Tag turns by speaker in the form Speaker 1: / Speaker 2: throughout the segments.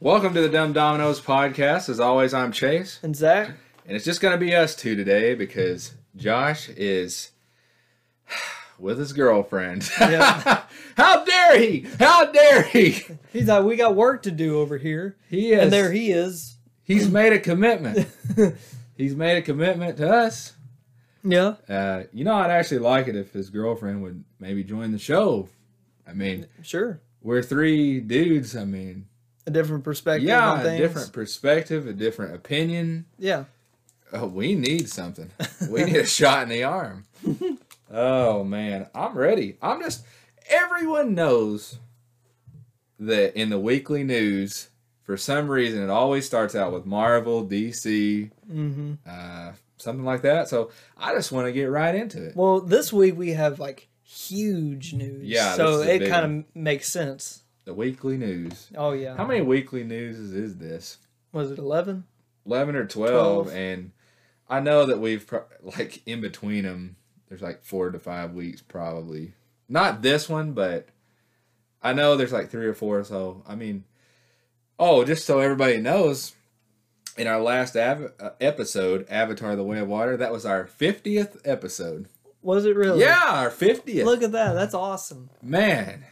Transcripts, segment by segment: Speaker 1: Welcome to the Dumb Dominoes podcast. As always, I'm Chase,
Speaker 2: And Zach,
Speaker 1: and it's just going to be us two today because Josh is with his girlfriend.
Speaker 2: Yep.
Speaker 1: How dare he? How dare he?
Speaker 2: he's like, we got work to do over here.
Speaker 1: He is.
Speaker 2: And there he is.
Speaker 1: he's made a commitment. he's made a commitment to us.
Speaker 2: Yeah.
Speaker 1: Uh, you know, I'd actually like it if his girlfriend would maybe join the show. I mean,
Speaker 2: Sure.
Speaker 1: we're three dudes. I mean,
Speaker 2: A different perspective on
Speaker 1: yeah, a
Speaker 2: things.
Speaker 1: different perspective, a different opinion.
Speaker 2: Yeah.
Speaker 1: Oh, we need something. We need a shot in the arm. oh man, I'm ready. I'm just. Everyone knows that in the weekly news, for some reason, it always starts out with Marvel, DC,
Speaker 2: hmm
Speaker 1: uh, something like that. So I just want to get right into it.
Speaker 2: Well, this week we have like huge news.
Speaker 1: Yeah, this
Speaker 2: So
Speaker 1: is a
Speaker 2: it
Speaker 1: big
Speaker 2: kind of makes sense.
Speaker 1: The weekly news.
Speaker 2: Oh, yeah.
Speaker 1: How many weekly news is this?
Speaker 2: Was it 11?
Speaker 1: 11 or 12,
Speaker 2: Twelve.
Speaker 1: and I know that we've pro- like in between them there's like 4 to 5 weeks probably. Not this one, but I know there's like 3 or 4 so I mean oh, just so everybody knows in our last av- uh, episode, Avatar the Way of Water, that was our 50th episode.
Speaker 2: Was it really?
Speaker 1: Yeah, our 50th.
Speaker 2: Look at that. That's awesome.
Speaker 1: Man,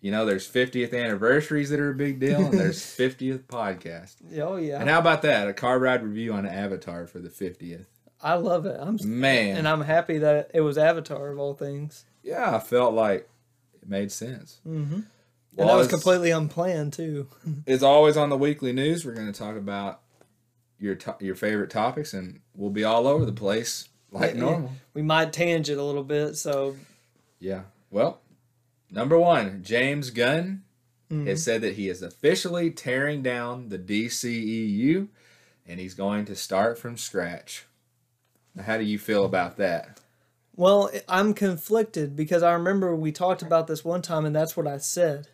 Speaker 1: you know there's 50th anniversaries that are a big deal and there's 50th podcast.
Speaker 2: Oh, yeah.
Speaker 1: And how about that? A car ride review on Avatar for the 50th.
Speaker 2: I love it. I'm.
Speaker 1: Man.
Speaker 2: And I'm happy that it was Avatar of all things.
Speaker 1: yeah, I felt like it made sense.
Speaker 2: Mm-hmm.
Speaker 1: Well,
Speaker 2: and that was
Speaker 1: it's-
Speaker 2: completely unplanned, too.
Speaker 1: As always on the weekly news, we're going to talk about your to- your favorite topics, and we'll be all over the place like
Speaker 2: Yeah, yeah.
Speaker 1: normal.
Speaker 2: we might tangent a little bit. So,
Speaker 1: Yeah. Well, number one, James Gunn
Speaker 2: mhm.
Speaker 1: has said that he is officially tearing down the DCEU and he's going to start from scratch. Now, how do you feel about that?
Speaker 2: Well, I'm conflicted because I remember we talked about this one time, and that's what I said.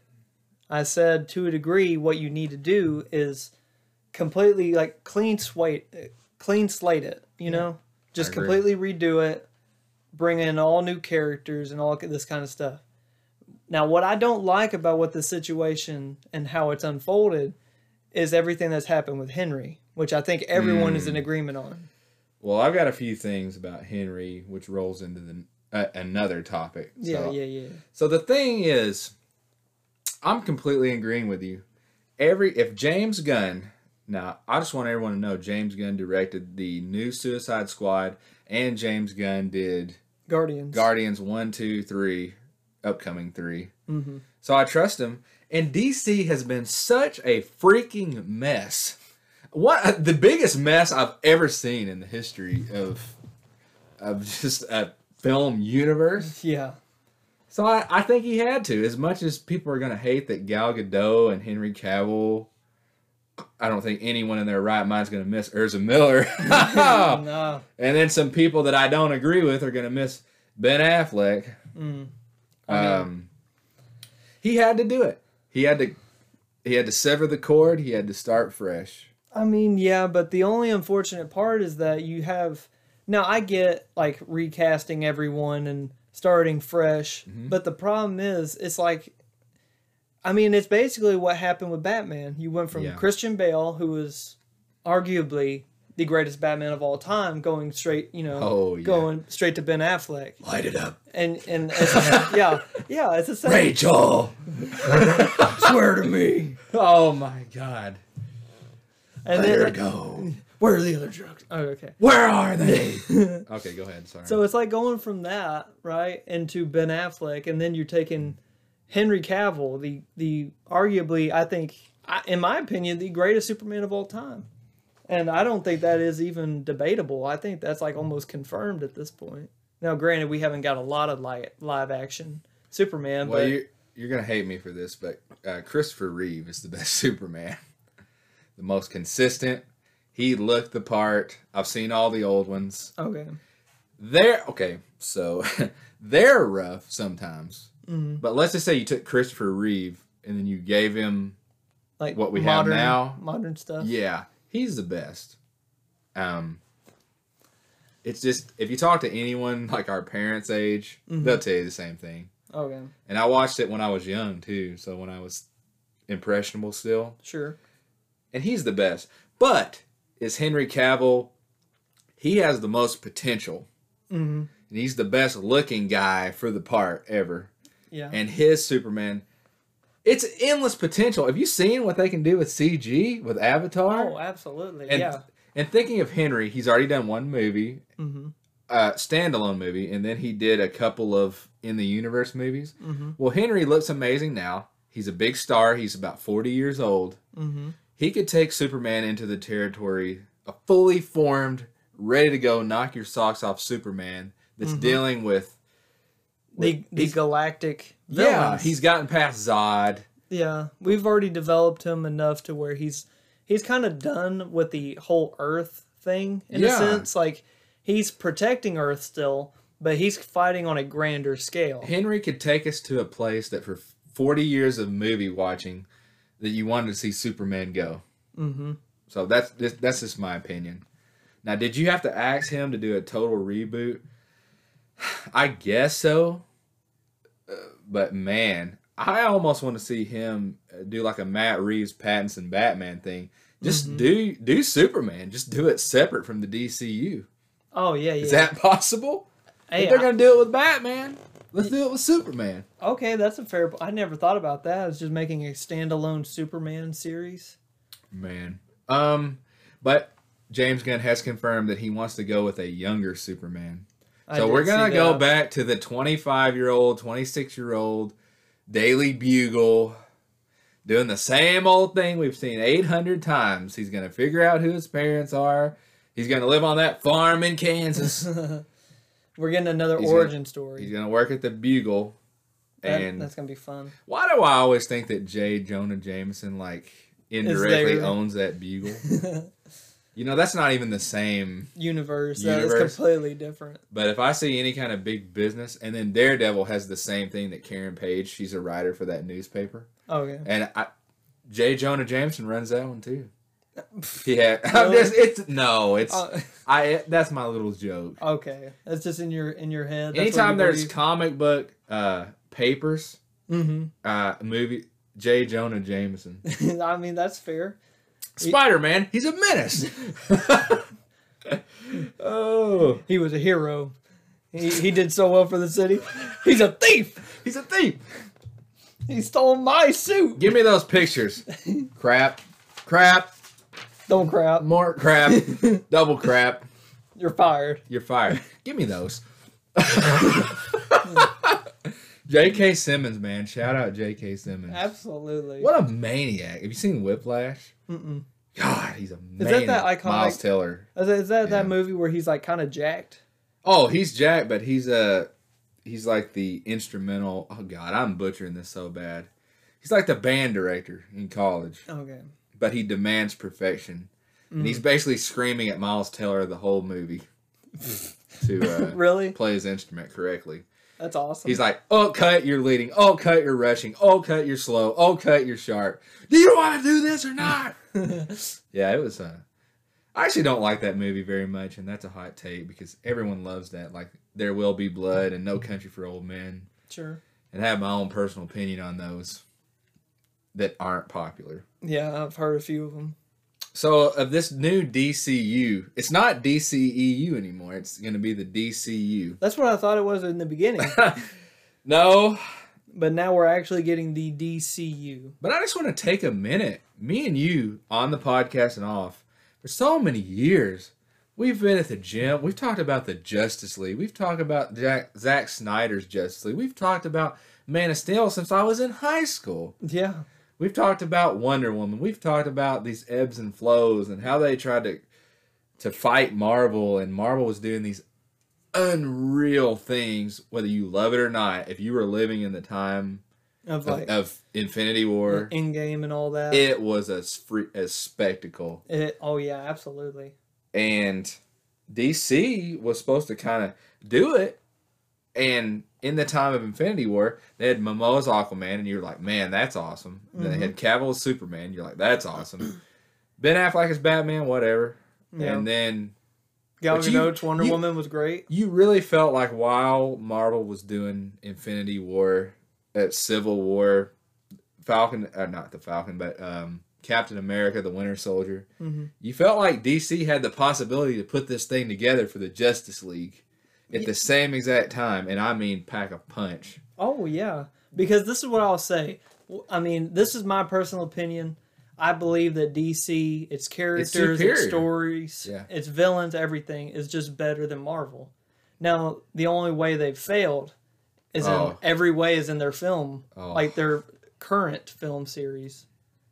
Speaker 2: I said, to a degree, what you need to do is completely like clean slate, clean slate it. You know, just
Speaker 1: agree.
Speaker 2: completely redo it, bring in all new characters and all this kind of stuff. Now, what I don't like about what the situation and how it's unfolded is everything that's happened with Henry, which I think everyone is
Speaker 1: Mm.
Speaker 2: in agreement on.
Speaker 1: Well, I've got a few things about Henry, which rolls into the uh, another topic. So
Speaker 2: Yeah, yeah, yeah.
Speaker 1: So the thing is, I'm completely agreeing with you. Every if James Gunn, now I just want everyone to know James Gunn directed the new Suicide Squad, and James Gunn did
Speaker 2: Guardians.
Speaker 1: Guardians one, two, three, upcoming three.
Speaker 2: Mhm.
Speaker 1: So I trust him. And DC has been such a freaking mess. What the biggest mess I've ever seen in the history of of just a film universe.
Speaker 2: yeah.
Speaker 1: So I, I think he had to. As much as people are going to hate that Gal Gadot and Henry Cavill, I don't think anyone in their right mind's going to miss Urza Miller. and
Speaker 2: Nah.
Speaker 1: then some people that I don't agree with are going to miss Ben Affleck.
Speaker 2: Mm.
Speaker 1: Um, he had to do it. He had to. He had to sever the cord. He had to start fresh.
Speaker 2: I mean, yeah, but the only unfortunate part is that you have. Now, I get like recasting everyone and starting fresh,
Speaker 1: Mm-hmm.
Speaker 2: but the problem is, it's like. I mean, it's basically what happened with Batman. You went from
Speaker 1: Yeah.
Speaker 2: Christian Bale, who was arguably the greatest Batman of all time, going straight, you know,
Speaker 1: Oh, yeah.
Speaker 2: going straight to Ben Affleck.
Speaker 1: Light it up,
Speaker 2: And, and it's, yeah, yeah, it's the same.
Speaker 1: Rachel. Swear to me. Oh my God.
Speaker 2: And then,
Speaker 1: go.
Speaker 2: where are the other drugs? Oh, okay.
Speaker 1: Where are they? okay, go ahead. Sorry.
Speaker 2: So it's like going from that right into Ben Affleck, and then you're taking Henry Cavill, the the arguably, I think, I, in my opinion, the greatest Superman of all time. And I don't think that is even debatable. I think that's like almost confirmed at this point. Now, granted, we haven't got a lot of li- live action Superman,
Speaker 1: well,
Speaker 2: but
Speaker 1: you're, you're gonna hate me for this, but uh, Christopher Reeve is the best Superman, the most consistent. He looked the part. I've seen all the old ones.
Speaker 2: okay,
Speaker 1: They're okay. So they're rough sometimes. But let's just say you took Christopher Reeve and then you gave him.
Speaker 2: like
Speaker 1: What we have
Speaker 2: modern-
Speaker 1: now?
Speaker 2: modern stuff.
Speaker 1: Yeah, he's the best. Um. It's just if you talk to anyone like our parents' age, they'll tell you the same thing.
Speaker 2: Okay,
Speaker 1: And I watched it when I was young too, so when I was impressionable still.
Speaker 2: sure.
Speaker 1: and he's the best. But is Henry Cavill? He has the most potential,
Speaker 2: Mhm.
Speaker 1: and he's the best looking guy for the part ever.
Speaker 2: Yeah.
Speaker 1: And his Superman, it's endless potential. Have you seen what they can do with CG with Avatar?
Speaker 2: oh, absolutely.
Speaker 1: and
Speaker 2: yeah.
Speaker 1: and thinking of Henry, he's already done one movie,
Speaker 2: Mhm.
Speaker 1: uh, standalone movie, and then he did a couple of in the universe movies.
Speaker 2: Mhm.
Speaker 1: Well, Henry looks amazing now. He's a big star. He's about forty years old.
Speaker 2: Mm-hmm.
Speaker 1: He could take Superman into the territory, a fully formed, ready to go, knock your socks off Superman that's dealing with.
Speaker 2: The the
Speaker 1: he's-
Speaker 2: galactic.
Speaker 1: Yeah,
Speaker 2: villains.
Speaker 1: he's gotten past Zod.
Speaker 2: Yeah, we've already developed him enough to where he's he's kind of done with the whole Earth thing in a
Speaker 1: Yeah.
Speaker 2: sense. Like he's protecting Earth still, but he's fighting on a grander scale.
Speaker 1: Henry could take us to a place that for 40 years of movie watching that you wanted to see Superman go.
Speaker 2: Mm-hmm.
Speaker 1: So that's this, that's just my opinion. Now, did you have to ask him to do a total reboot? I guess so. Uh, but man, I almost want to see him uh, do like a Matt Reeves Pattinson Batman thing. Just do do Superman. Just do it separate from the DCU.
Speaker 2: Oh yeah, yeah.
Speaker 1: Is that possible?
Speaker 2: Hey,
Speaker 1: if they're
Speaker 2: I-
Speaker 1: gonna do it with Batman, let's do it with Superman.
Speaker 2: okay, that's a fair. I never thought about that. I was just making a standalone Superman series.
Speaker 1: Man. Um, but James Gunn has confirmed that he wants to go with a younger Superman.
Speaker 2: I
Speaker 1: So
Speaker 2: did
Speaker 1: we're gonna
Speaker 2: see
Speaker 1: go
Speaker 2: that.
Speaker 1: back to the 25 year old, 26 year old Daily Bugle doing the same old thing we've seen 800 times. He's gonna figure out who his parents are. He's gonna live on that farm in Kansas.
Speaker 2: We're getting another
Speaker 1: He's gonna-
Speaker 2: origin
Speaker 1: He's
Speaker 2: story.
Speaker 1: gonna work at the Bugle.
Speaker 2: That-
Speaker 1: And
Speaker 2: that's gonna be fun.
Speaker 1: why do I always think that J. Jonah Jameson like indirectly
Speaker 2: there.
Speaker 1: owns that Bugle? you know, that's not even the same.
Speaker 2: Universe, that is
Speaker 1: Universe.
Speaker 2: completely different.
Speaker 1: But if I see any kind of big business, and then Daredevil has the same thing that Karen Page, she's a writer for that newspaper,
Speaker 2: Okay.
Speaker 1: and I, J. Jonah Jameson runs that one too. Yeah, I'm
Speaker 2: Really?
Speaker 1: just it's no, it's
Speaker 2: Uh,
Speaker 1: I. That's my little joke.
Speaker 2: okay, that's just in your in your head. That's
Speaker 1: Anytime there's comic book uh, papers,
Speaker 2: mm-hmm.
Speaker 1: uh, movie, J. Jonah Jameson,
Speaker 2: I mean that's fair.
Speaker 1: Spider Man, he's a menace. oh,
Speaker 2: He was a hero. He, he did so well for the city. He's a thief.
Speaker 1: he's a thief.
Speaker 2: He stole my suit.
Speaker 1: Give me those pictures. crap, crap.
Speaker 2: Don't cry out.
Speaker 1: More crap, double crap.
Speaker 2: You're fired.
Speaker 1: You're fired. Give me those. J.K. Simmons, man. Shout out J.K. Simmons.
Speaker 2: Absolutely.
Speaker 1: What a maniac. Have you seen Whiplash?
Speaker 2: Mm-mm.
Speaker 1: God, he's a
Speaker 2: that
Speaker 1: maniac.
Speaker 2: that iconic-
Speaker 1: Miles Teller.
Speaker 2: Is that, is that
Speaker 1: Yeah.
Speaker 2: that movie where he's like kind of jacked?
Speaker 1: Oh, he's Jack, but he's uh, he's like the instrumental. Oh God, I'm butchering this so bad. He's like the band director in college,
Speaker 2: Okay.
Speaker 1: but he demands perfection, and he's basically screaming at Miles Teller the whole movie to uh,
Speaker 2: Really?
Speaker 1: play his instrument correctly.
Speaker 2: That's awesome.
Speaker 1: He's like, oh, cut, you're leading. Oh, cut, you're rushing. Oh, cut, you're slow. Oh, cut, you're sharp. Do you want to do this or not? yeah, it was. Uh, I actually don't like that movie very much, and that's a hot take because everyone loves that. Like, There Will Be Blood and No Country for Old Men.
Speaker 2: sure.
Speaker 1: And I have my own personal opinion on those that aren't popular.
Speaker 2: Yeah, I've heard a few of them.
Speaker 1: So, of this new DCU, it's not DCEU anymore. It's going to be the DCU.
Speaker 2: That's what I thought it was in the beginning,
Speaker 1: No,
Speaker 2: but now we're actually getting the DCU.
Speaker 1: But I just want to take a minute, me and you on the podcast and off, for so many years, we've been at the gym. We've talked about the Justice League. We've talked about Jack, Zack Snyder's Justice League. We've talked about Man of Steel since I was in high school.
Speaker 2: Yeah.
Speaker 1: We've talked about Wonder Woman. We've talked about these ebbs and flows and how they tried to to fight Marvel and Marvel was doing these unreal things whether you love it or not. If you were living in the time of,
Speaker 2: Of like
Speaker 1: of Infinity War,
Speaker 2: in game and all that.
Speaker 1: it was a, spree- a spectacle
Speaker 2: It- oh yeah, absolutely.
Speaker 1: and dc was supposed to kind of do it and in the time of infinity war they had momoa's aquaman and you're like man that's awesome And then they had cavill's superman you're like that's awesome ben affleck is batman whatever
Speaker 2: Yeah.
Speaker 1: and then
Speaker 2: Gal
Speaker 1: But you-
Speaker 2: Gadot's Wonder
Speaker 1: you-
Speaker 2: Woman was great.
Speaker 1: you really felt like while Marvel was doing Infinity War, at Civil War, uh, Falcon, uh, not the Falcon, but um, Captain America, the Winter Soldier. You felt like DC had the possibility to put this thing together for the Justice League at the same exact time, and I mean pack a punch.
Speaker 2: Oh yeah, because this is what I'll say. W- I mean, this is my personal opinion. I believe that DC, its characters, its,
Speaker 1: superior.
Speaker 2: stories,
Speaker 1: Yeah.
Speaker 2: its villains, everything is just better than Marvel. Now, the only way they've failed is in
Speaker 1: Oh.
Speaker 2: every way is in their film,
Speaker 1: Oh.
Speaker 2: like their current film series.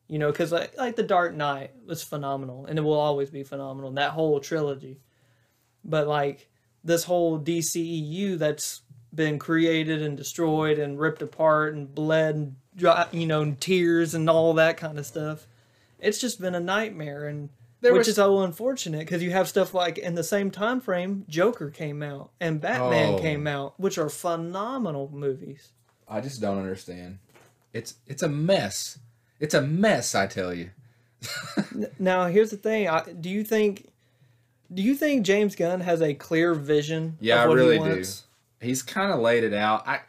Speaker 2: You know, because like, like the Dark Knight was phenomenal, and it will always be phenomenal. That whole trilogy, but like this whole DCEU that's been created and destroyed and ripped apart and bled and dry, you know and tears and all that kind of stuff. It's just been a nightmare and
Speaker 1: There
Speaker 2: which
Speaker 1: was-
Speaker 2: is so unfortunate because you have stuff like in the same time frame Joker came out and Batman
Speaker 1: Oh.
Speaker 2: came out, which are phenomenal movies.
Speaker 1: I just don't understand. It's it's a mess. It's a mess, I tell you.
Speaker 2: Now here's the thing: I, do you think do you think James Gunn has a clear vision?
Speaker 1: Yeah,
Speaker 2: of
Speaker 1: I
Speaker 2: what
Speaker 1: really
Speaker 2: he
Speaker 1: do.
Speaker 2: wants?
Speaker 1: He's kind of laid it out. I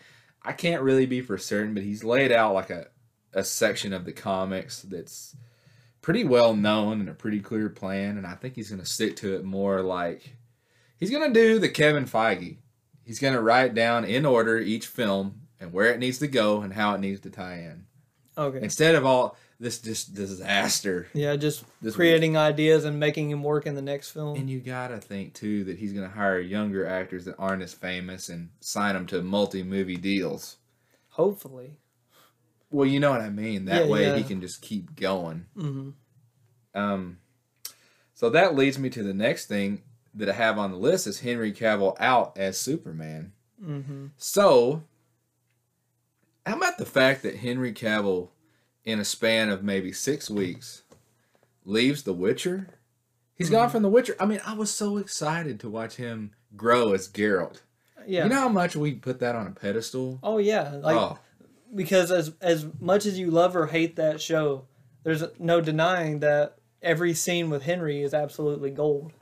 Speaker 1: I can't really be for certain, but he's laid out like a a section of the comics that's pretty well known and a pretty clear plan, and I think he's going to stick to it more like he's going to do the Kevin Feige. He's going to write down in order each film and where it needs to go and how it needs to tie in.
Speaker 2: Okay.
Speaker 1: Instead of all this just disaster
Speaker 2: Yeah, just
Speaker 1: This
Speaker 2: creating ideas and making him work in the next film.
Speaker 1: And you gotta think too that he's gonna hire younger actors that aren't as famous and sign them to multi movie deals.
Speaker 2: Hopefully.
Speaker 1: Well, you know what I mean. That
Speaker 2: Yeah,
Speaker 1: way
Speaker 2: yeah.
Speaker 1: he can just keep going.
Speaker 2: hmm
Speaker 1: Um, so that leads me to the next thing that I have on the list is Henry Cavill out as Superman.
Speaker 2: hmm
Speaker 1: So, how about the fact that Henry Cavill, in a span of maybe six weeks, leaves The Witcher? He's
Speaker 2: Mm-hmm.
Speaker 1: gone from The Witcher. I mean, I was so excited to watch him grow as Geralt.
Speaker 2: Yeah.
Speaker 1: You know how much we put that on a pedestal?
Speaker 2: oh yeah. Like
Speaker 1: oh,
Speaker 2: because as as much as you love or hate that show, there's no denying that every scene with Henry is absolutely gold.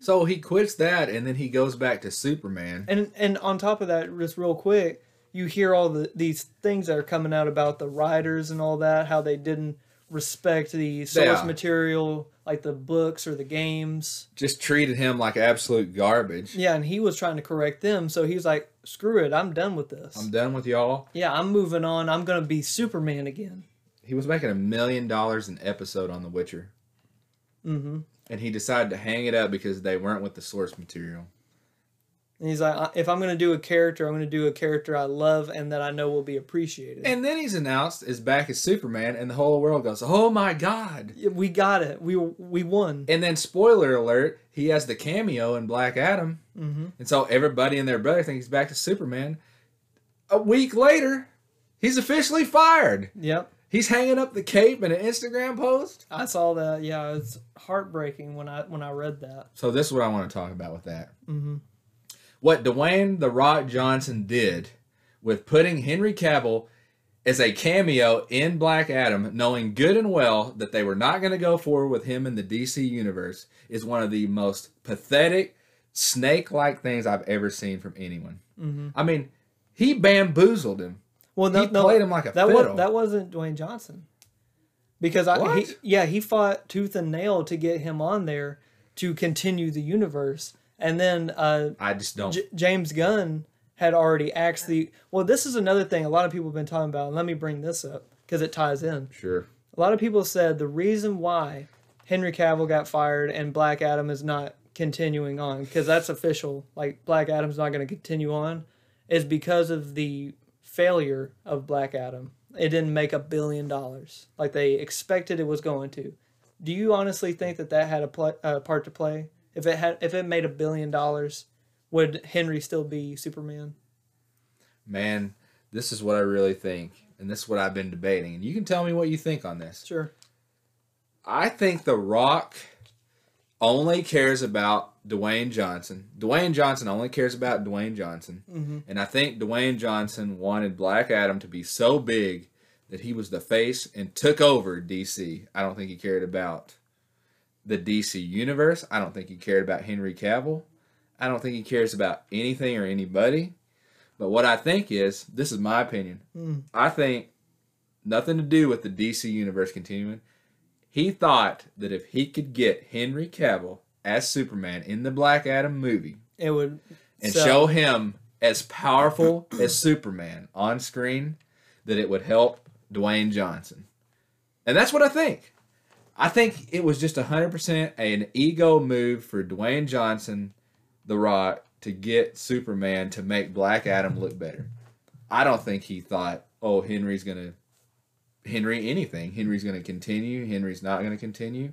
Speaker 1: so he quits that and then he goes back to Superman.
Speaker 2: And and on top of that, just real quick, you hear all the these things that are coming out about the writers and all that, how they didn't respect the source
Speaker 1: Yeah.
Speaker 2: material, like the books or the games.
Speaker 1: Just treated him like absolute garbage.
Speaker 2: Yeah, and he was trying to correct them, so he's like, "Screw it, I'm done with this.
Speaker 1: I'm done with y'all.
Speaker 2: yeah, I'm moving on. I'm gonna be Superman again."
Speaker 1: He was making a million dollars an episode on The Witcher,
Speaker 2: hmm
Speaker 1: and he decided to hang it up because they weren't with the source material.
Speaker 2: And he's like, "I- "If I'm gonna do a character, I'm gonna do a character I love and that I know will be appreciated."
Speaker 1: And then he's announced as back as Superman, and the whole world goes, "Oh my god!"
Speaker 2: Yeah, we got it. We we won.
Speaker 1: And then, spoiler alert, he has the cameo in Black Adam,
Speaker 2: hmm
Speaker 1: and so everybody and their brother thinks he's back to Superman. A week later, he's officially fired.
Speaker 2: Yep,
Speaker 1: He's hanging up the cape in an Instagram post.
Speaker 2: I saw that. Yeah, it's heartbreaking when I when I read that.
Speaker 1: So this is what I want to talk about with that.
Speaker 2: hmm
Speaker 1: What Dwayne the Rock Johnson did with putting Henry Cavill as a cameo in Black Adam, knowing good and well that they were not going to go forward with him in the DC universe, is one of the most pathetic, snake-like things I've ever seen from anyone.
Speaker 2: hmm
Speaker 1: I mean, he bamboozled him.
Speaker 2: Well, no,
Speaker 1: he
Speaker 2: no,
Speaker 1: played him like a
Speaker 2: that
Speaker 1: fiddle.
Speaker 2: was that wasn't Dwayne Johnson, because I he,
Speaker 1: What?
Speaker 2: yeah he fought tooth and nail to get him on there to continue the universe, and then uh,
Speaker 1: I just don't.
Speaker 2: J- James Gunn had already asked the well. This is another thing a lot of people have been talking about. And let me bring this up because it ties in.
Speaker 1: sure.
Speaker 2: A lot of people said the reason why Henry Cavill got fired and Black Adam is not continuing on because that's official. Like Black Adam's not going to continue on is because of the failure of Black Adam. It didn't make a billion dollars like they expected it was going to. Do you honestly think that that had a pl- uh, part to play? If it had, if it made a billion dollars, would Henry still be Superman?
Speaker 1: Man, this is what I really think, and this is what I've been debating. And you can tell me what you think on this.
Speaker 2: Sure.
Speaker 1: I think The Rock only cares about Dwayne Johnson. Dwayne Johnson only cares about Dwayne Johnson.
Speaker 2: Mm-hmm.
Speaker 1: And I think Dwayne Johnson wanted Black Adam to be so big that he was the face and took over DC. I don't think he cared about the DC universe. I don't think he cared about Henry Cavill. I don't think he cares about anything or anybody. But what I think is, this is my opinion.
Speaker 2: Mm.
Speaker 1: I think nothing to do with the DC universe continuing. He thought that if he could get Henry Cavill as Superman in the Black Adam movie
Speaker 2: It would
Speaker 1: and
Speaker 2: sell.
Speaker 1: show him as powerful as Superman on screen, that it would help Dwayne Johnson. And that's what I think. I think it was just 100% an ego move for Dwayne Johnson, The Rock, to get Superman to make Black Adam look better. I don't think he thought, oh, Henry's going to. Henry, anything. Henry's going to continue. Henry's not going to continue.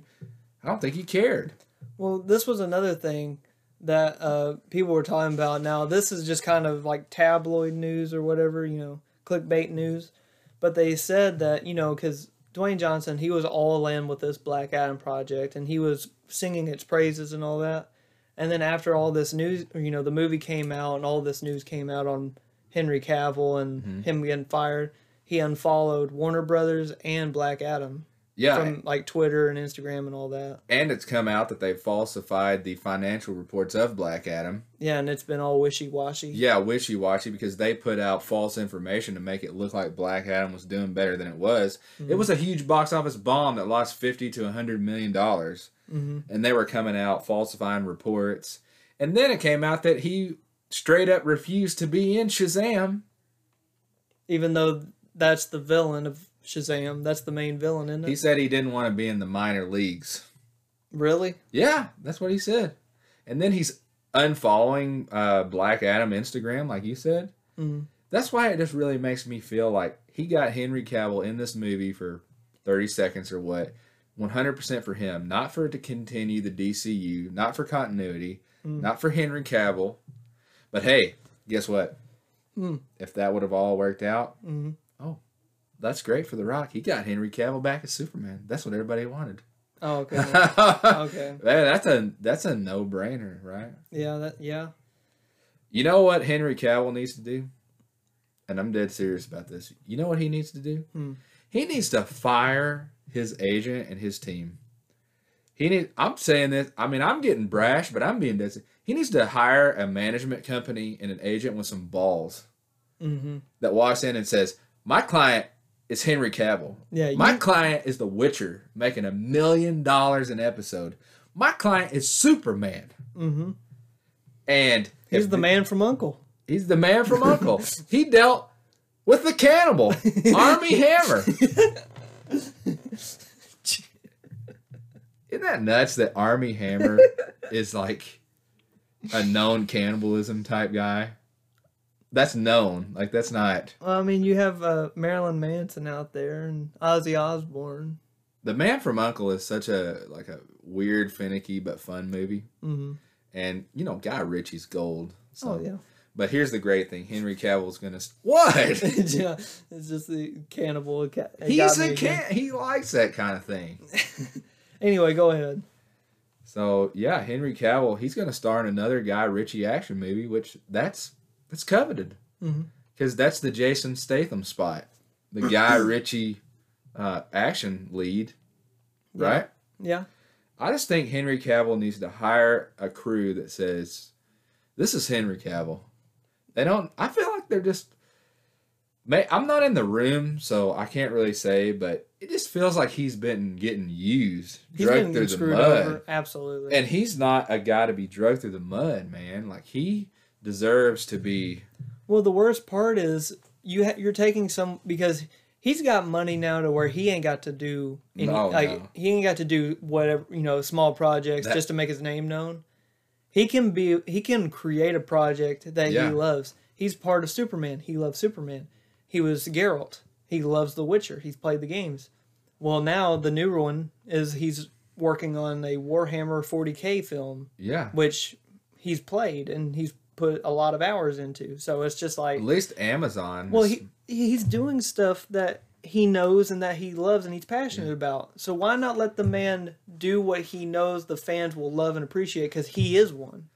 Speaker 1: I don't think he cared.
Speaker 2: Well, this was another thing that uh, people were talking about. Now, this is just kind of like tabloid news or whatever, you know, clickbait news. But they said that, you know, because Dwayne Johnson, he was all in with this Black Adam project and he was singing its praises and all that. And then after all this news, or, you know, the movie came out and all this news came out on Henry Cavill and him getting fired, he unfollowed Warner Brothers and Black Adam
Speaker 1: Yeah.
Speaker 2: from like Twitter and Instagram and all that.
Speaker 1: And it's come out that they falsified the financial reports of Black Adam.
Speaker 2: Yeah, and it's been all wishy washy.
Speaker 1: Yeah, wishy washy because they put out false information to make it look like Black Adam was doing better than it was. It was a huge box office bomb that lost 50 to 100 million dollars. And they were coming out falsifying reports. And then it came out that he straight up refused to be in Shazam.
Speaker 2: Even though that's the villain of Shazam, that's the main villain, isn't it?
Speaker 1: He said he didn't want to be in the minor leagues.
Speaker 2: really?
Speaker 1: Yeah, that's what he said. And then he's unfollowing uh, Black Adam Instagram, like you said.
Speaker 2: Mhm.
Speaker 1: That's why it just really makes me feel like he got Henry Cavill in this movie for 30 seconds or what. 100% for him, not for it to continue the DCU, not for continuity, not for Henry Cavill. But hey, guess what?
Speaker 2: Mm.
Speaker 1: If that would have all worked out,
Speaker 2: Mhm.
Speaker 1: oh, that's great for The Rock. He got Henry Cavill back as Superman. That's what everybody wanted.
Speaker 2: Oh, okay.
Speaker 1: okay.
Speaker 2: Okay.
Speaker 1: that's a that's a no brainer, right?
Speaker 2: yeah, that yeah.
Speaker 1: You know what Henry Cavill needs to do? And I'm dead serious about this. You know what he needs to do?
Speaker 2: Hmm.
Speaker 1: He needs to fire his agent and his team. He need I'm saying this, I mean I'm getting brash, but I'm being dead serious. He needs to hire a management company and an agent with some balls
Speaker 2: Mm-hmm.
Speaker 1: that walks in and says, My client is Henry Cavill.
Speaker 2: Yeah, you-
Speaker 1: My client is The Witcher, making a million dollars an episode. My client is Superman.
Speaker 2: Mm-hmm.
Speaker 1: And
Speaker 2: He's
Speaker 1: if
Speaker 2: the man from Uncle.
Speaker 1: he's the man from Uncle. he dealt with the cannibal, Army Hammer. Isn't that nuts that Army Hammer is like a known cannibalism type guy? That's known. Like that's not
Speaker 2: Well, I mean, you have uh, Marilyn Manson out there and Ozzy Osbourne.
Speaker 1: the man from Uncle is such a like a weird, finicky but fun movie.
Speaker 2: Mm-hmm.
Speaker 1: And you know, Guy Ritchie's gold. So.
Speaker 2: Oh yeah,
Speaker 1: But here's the great thing: Henry Cavill's gonna st- what?
Speaker 2: yeah. It's just the cannibal. Ca- it got
Speaker 1: He's
Speaker 2: me
Speaker 1: a
Speaker 2: again.
Speaker 1: can. He likes that kind of thing.
Speaker 2: Anyway, go ahead.
Speaker 1: So yeah, Henry Cavill, he's gonna star in another Guy Ritchie action movie, which that's that's coveted
Speaker 2: Mhm.
Speaker 1: because that's the Jason Statham spot, the Guy Ritchie uh, action lead,
Speaker 2: Yeah.
Speaker 1: right?
Speaker 2: Yeah.
Speaker 1: I just think Henry Cavill needs to hire a crew that says, "This is Henry Cavill." They don't. I feel like they're just. May, I'm not in the room, so I can't really say, but it just feels like he's been getting used,
Speaker 2: He's
Speaker 1: dragged through
Speaker 2: been getting
Speaker 1: the
Speaker 2: screwed
Speaker 1: mud.
Speaker 2: over. Absolutely.
Speaker 1: And he's not a guy to be drugged through the mud, man. Like he deserves to be.
Speaker 2: Well, the worst part is you ha- you're taking some because he's got money now to where he ain't got to do any,
Speaker 1: No,
Speaker 2: like
Speaker 1: no.
Speaker 2: he ain't got to do whatever you know small projects
Speaker 1: That-
Speaker 2: just to make his name known. He can be he can create a project that
Speaker 1: Yeah.
Speaker 2: he loves. He's part of Superman. He loves Superman. He was Geralt. He loves The Witcher. He's played the games. Well, now the newer one is he's working on a Warhammer 40k film,
Speaker 1: Yeah.
Speaker 2: which he's played and he's put a lot of hours into. So it's just like
Speaker 1: At least Amazon.
Speaker 2: well,
Speaker 1: is-
Speaker 2: he he's doing stuff that he knows and that he loves and he's passionate about. So why not let the man do what he knows the fans will love and appreciate because he is one.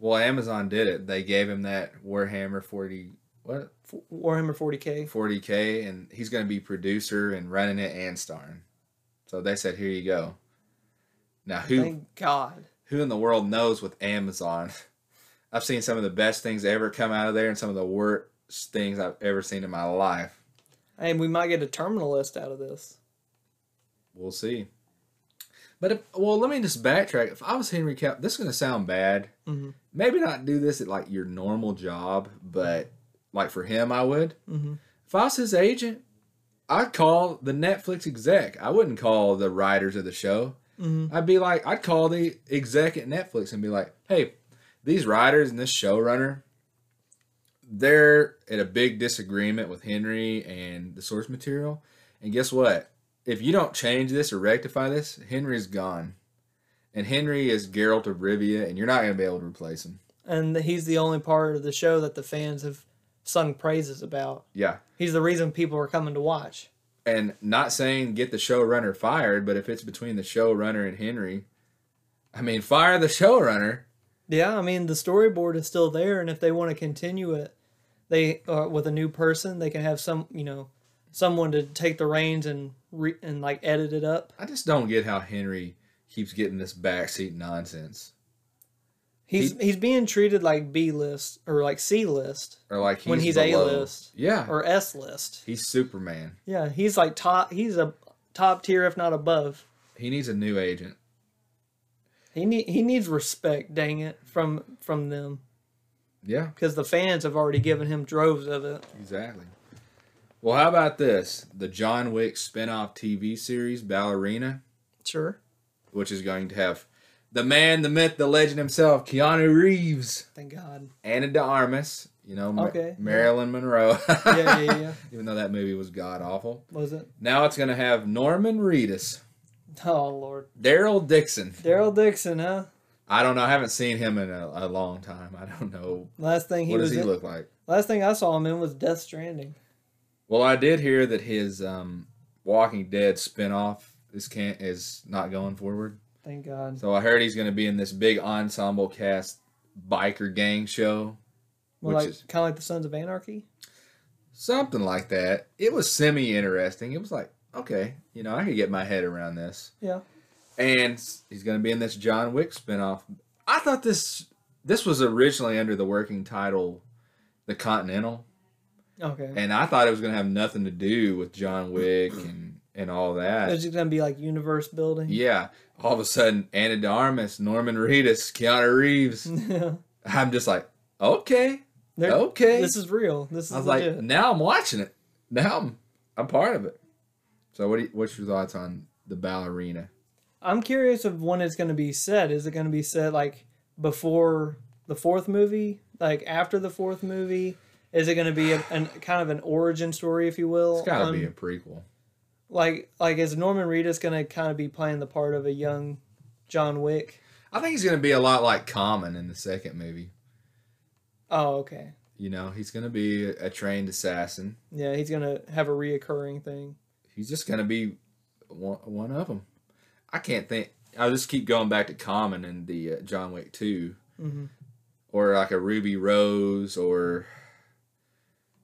Speaker 1: well, Amazon did it. They gave him that Warhammer 40 what
Speaker 2: F- Warhammer 40k.
Speaker 1: 40k, and he's going to be producer and running it and starring. So they said, "Here you go." Now who
Speaker 2: Thank God.
Speaker 1: who in the world knows with Amazon? I've seen some of the best things ever come out of there, and some of the worst things I've ever seen in my life.
Speaker 2: And we might get a terminalist out of this.
Speaker 1: We'll see. But if, well, let me just backtrack. If I was Henry Cavill, this is gonna sound bad.
Speaker 2: Mhm.
Speaker 1: Maybe not do this at like your normal job, but like for him, I would.
Speaker 2: Mhm.
Speaker 1: If I was his agent, I'd call the Netflix exec. I wouldn't call the writers of the show.
Speaker 2: Mhm.
Speaker 1: I'd be like, I'd call the exec at Netflix and be like, hey, these writers and this showrunner, they're at a big disagreement with Henry and the source material. And guess what? If you don't change this or rectify this, Henry's gone. And Henry is Geralt of Rivia, and you're not going to be able to replace him.
Speaker 2: And he's the only part of the show that the fans have sung praises about.
Speaker 1: Yeah.
Speaker 2: He's the reason people are coming to watch.
Speaker 1: And not saying get the showrunner fired, but if it's between the showrunner and Henry, I mean, fire the showrunner.
Speaker 2: Yeah, I mean the storyboard is still there, and if they want to continue it, they uh, with a new person, they can have some you know someone to take the reins and re- and like edit it up.
Speaker 1: I just don't get how Henry keeps getting this backseat nonsense.
Speaker 2: He's he's being treated like B list or like C list
Speaker 1: Or like he's
Speaker 2: When he's
Speaker 1: below.
Speaker 2: A-list.
Speaker 1: Yeah.
Speaker 2: or S list.
Speaker 1: he's Superman.
Speaker 2: Yeah, he's like top. He's a top tier, if not above.
Speaker 1: He needs a new agent.
Speaker 2: He need he needs respect. Dang it, from from them
Speaker 1: Yeah,
Speaker 2: because the fans have already given him droves of it.
Speaker 1: exactly. Well, how about this? The John Wick spin-off TV series Ballerina,
Speaker 2: Sure.
Speaker 1: which is going to have the man, the myth, the legend himself, Keanu Reeves,
Speaker 2: Thank God.
Speaker 1: Anna de Armas, you know, Ma-
Speaker 2: Okay.
Speaker 1: Marilyn Monroe.
Speaker 2: Yeah, yeah, yeah.
Speaker 1: Even though that movie was god awful.
Speaker 2: Was it?
Speaker 1: Now it's going to have Norman Reedus,
Speaker 2: Oh Lord.
Speaker 1: Daryl Dixon.
Speaker 2: Daryl Dixon, huh?
Speaker 1: I don't know. I haven't seen him in a, a long time. I don't know.
Speaker 2: Last thing he
Speaker 1: what
Speaker 2: was
Speaker 1: does he
Speaker 2: in,
Speaker 1: look like?
Speaker 2: last thing I saw him in was Death Stranding.
Speaker 1: Well, I did hear that his um, Walking Dead spinoff is can not is not going forward.
Speaker 2: Thank God.
Speaker 1: So I heard he's going to be in this big ensemble cast biker gang show, Which
Speaker 2: Well, like
Speaker 1: is-
Speaker 2: kind of like the Sons of Anarchy.
Speaker 1: something like that. It was semi interesting. It was like, okay, you know, I could get my head around this.
Speaker 2: Yeah.
Speaker 1: And s- he's going to be in this John Wick spinoff. I thought this this was originally under the working title, The Continental.
Speaker 2: Okay.
Speaker 1: and I thought it was gonna have nothing to do with John Wick and and all
Speaker 2: It
Speaker 1: that.
Speaker 2: was just gonna be like universe building.
Speaker 1: Yeah, all of a sudden, Anna De Armas, Norman Reedus, Keanu Reeves.
Speaker 2: Yeah.
Speaker 1: I'm just like, okay,
Speaker 2: They're-
Speaker 1: okay.
Speaker 2: This is real. This is
Speaker 1: I was
Speaker 2: legit.
Speaker 1: like, now I'm watching it. Now I'm I'm part of it. So what? Do you, what's your thoughts on the ballerina?
Speaker 2: I'm curious of when it's going to be set. Is it going to be set like before the fourth movie? Like after the fourth movie? Is it going to be a, an kind of an origin story, if you will?
Speaker 1: It's gotta
Speaker 2: on-
Speaker 1: be a prequel.
Speaker 2: like like is Norman Reedus going to kind of be playing the part of a young John Wick?
Speaker 1: I think he's gonna be a lot like Common in the second movie.
Speaker 2: Oh, okay.
Speaker 1: You know, he's gonna be a, a trained assassin.
Speaker 2: Yeah, he's going to have a reoccurring thing.
Speaker 1: he's just gonna be one, one of them. I can't think. I'll just keep going back to Common and the uh, John Wick 2
Speaker 2: Mhm.
Speaker 1: or like a Ruby Rose, or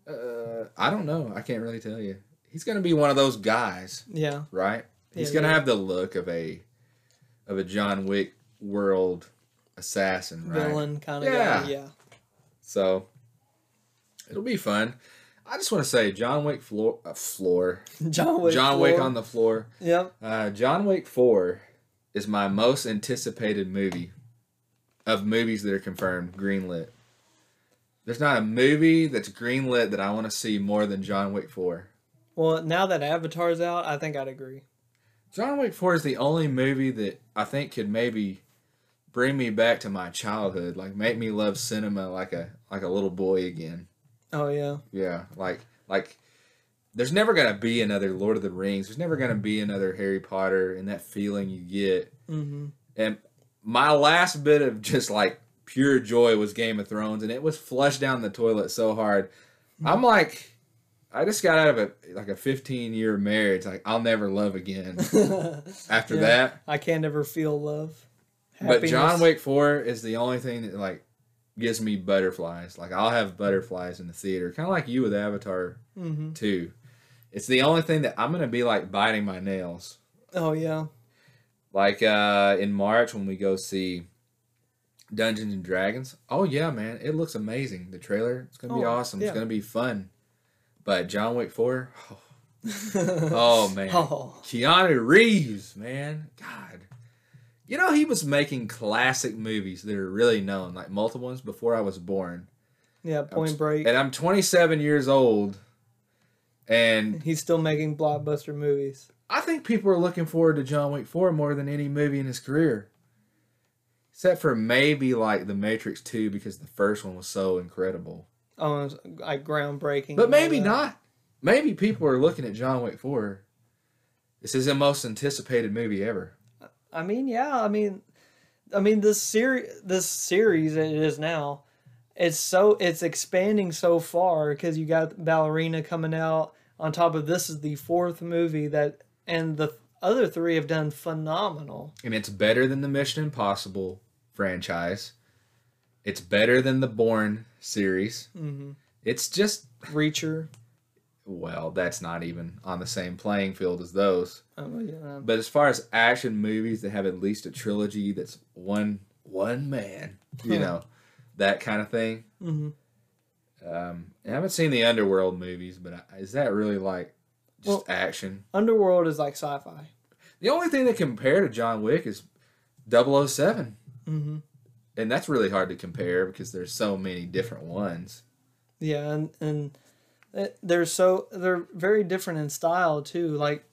Speaker 1: uh, I don't know. I can't really tell you. He's gonna be one of those guys,
Speaker 2: Yeah.
Speaker 1: right? He's
Speaker 2: Yeah,
Speaker 1: gonna
Speaker 2: yeah.
Speaker 1: have the look of a of a John Wick world assassin, right?
Speaker 2: Villain kind of
Speaker 1: Yeah.
Speaker 2: guy. Yeah.
Speaker 1: So it'll be fun. I just want to say John Wick floor, uh, floor,
Speaker 2: John Wick.
Speaker 1: John Wick on the floor.
Speaker 2: Yep.
Speaker 1: Uh, John Wick 4 is my most anticipated movie of movies that are confirmed greenlit. There's not a movie that's greenlit that I want to see more than John Wick 4.
Speaker 2: Well, now that Avatar's out, I think I'd agree.
Speaker 1: John Wick 4 is the only movie that I think could maybe bring me back to my childhood, like make me love cinema like a like a little boy again.
Speaker 2: Oh yeah.
Speaker 1: Yeah, like like there's never going to be another Lord of the Rings. There's never going to be another Harry Potter and that feeling you get
Speaker 2: Mhm.
Speaker 1: And my last bit of just like pure joy was Game of Thrones, and it was flushed down the toilet so hard. I'm like, I just got out of a like a 15 year marriage. Like I'll never love again after
Speaker 2: Yeah.
Speaker 1: that.
Speaker 2: I can't ever feel love.
Speaker 1: But
Speaker 2: Happiness.
Speaker 1: John Wick Four is the only thing that like gives me butterflies. Like I'll have butterflies in the theater, kind of like you with Avatar
Speaker 2: Mhm.
Speaker 1: Two. It's the only thing that I'm gonna be like biting my nails.
Speaker 2: Oh yeah.
Speaker 1: Like uh in March when we go see Dungeons and Dragons. Oh yeah, man, it looks amazing. The trailer, it's gonna be
Speaker 2: Oh,
Speaker 1: awesome.
Speaker 2: yeah.
Speaker 1: It's gonna be fun. But John Wick Four, oh, oh, man,
Speaker 2: Oh.
Speaker 1: Keanu Reeves, man, God, You know, he was making classic movies that are really known, like multiple ones before I was born.
Speaker 2: Yeah, Point
Speaker 1: I'm-
Speaker 2: Break.
Speaker 1: And I'm 27 years old, and
Speaker 2: He's still making blockbuster movies.
Speaker 1: I think people are looking forward to John Wick 4 more than any movie in his career. Except for maybe like The Matrix 2 because the first one was so incredible.
Speaker 2: Oh, it's, like groundbreaking.
Speaker 1: But
Speaker 2: and all
Speaker 1: maybe
Speaker 2: that.
Speaker 1: not. Maybe people are looking at John Wick 4. It's his most anticipated movie ever.
Speaker 2: I mean, yeah. I mean, I mean this series, this series that it is now, it's so it's expanding so far because you got Ballerina coming out. On top of this is the fourth movie that, and the other three have done phenomenal.
Speaker 1: and it's better than the Mission Impossible franchise. It's better than the Bourne series.
Speaker 2: hmm
Speaker 1: It's just
Speaker 2: Reacher.
Speaker 1: well, that's not even on the same playing field as those.
Speaker 2: Oh, yeah.
Speaker 1: But as far as action movies that have at least a trilogy that's one one man, you know, that kind of thing.
Speaker 2: Mhm.
Speaker 1: Um, and I haven't seen the Underworld movies, but I, is that really like just
Speaker 2: Well-
Speaker 1: action?
Speaker 2: Underworld is like sci-fi.
Speaker 1: The only thing that compare to John Wick is 007.
Speaker 2: hmm
Speaker 1: and that's really hard to compare because there's so many different ones.
Speaker 2: Yeah, and and it- they're so they're very different in style too. Like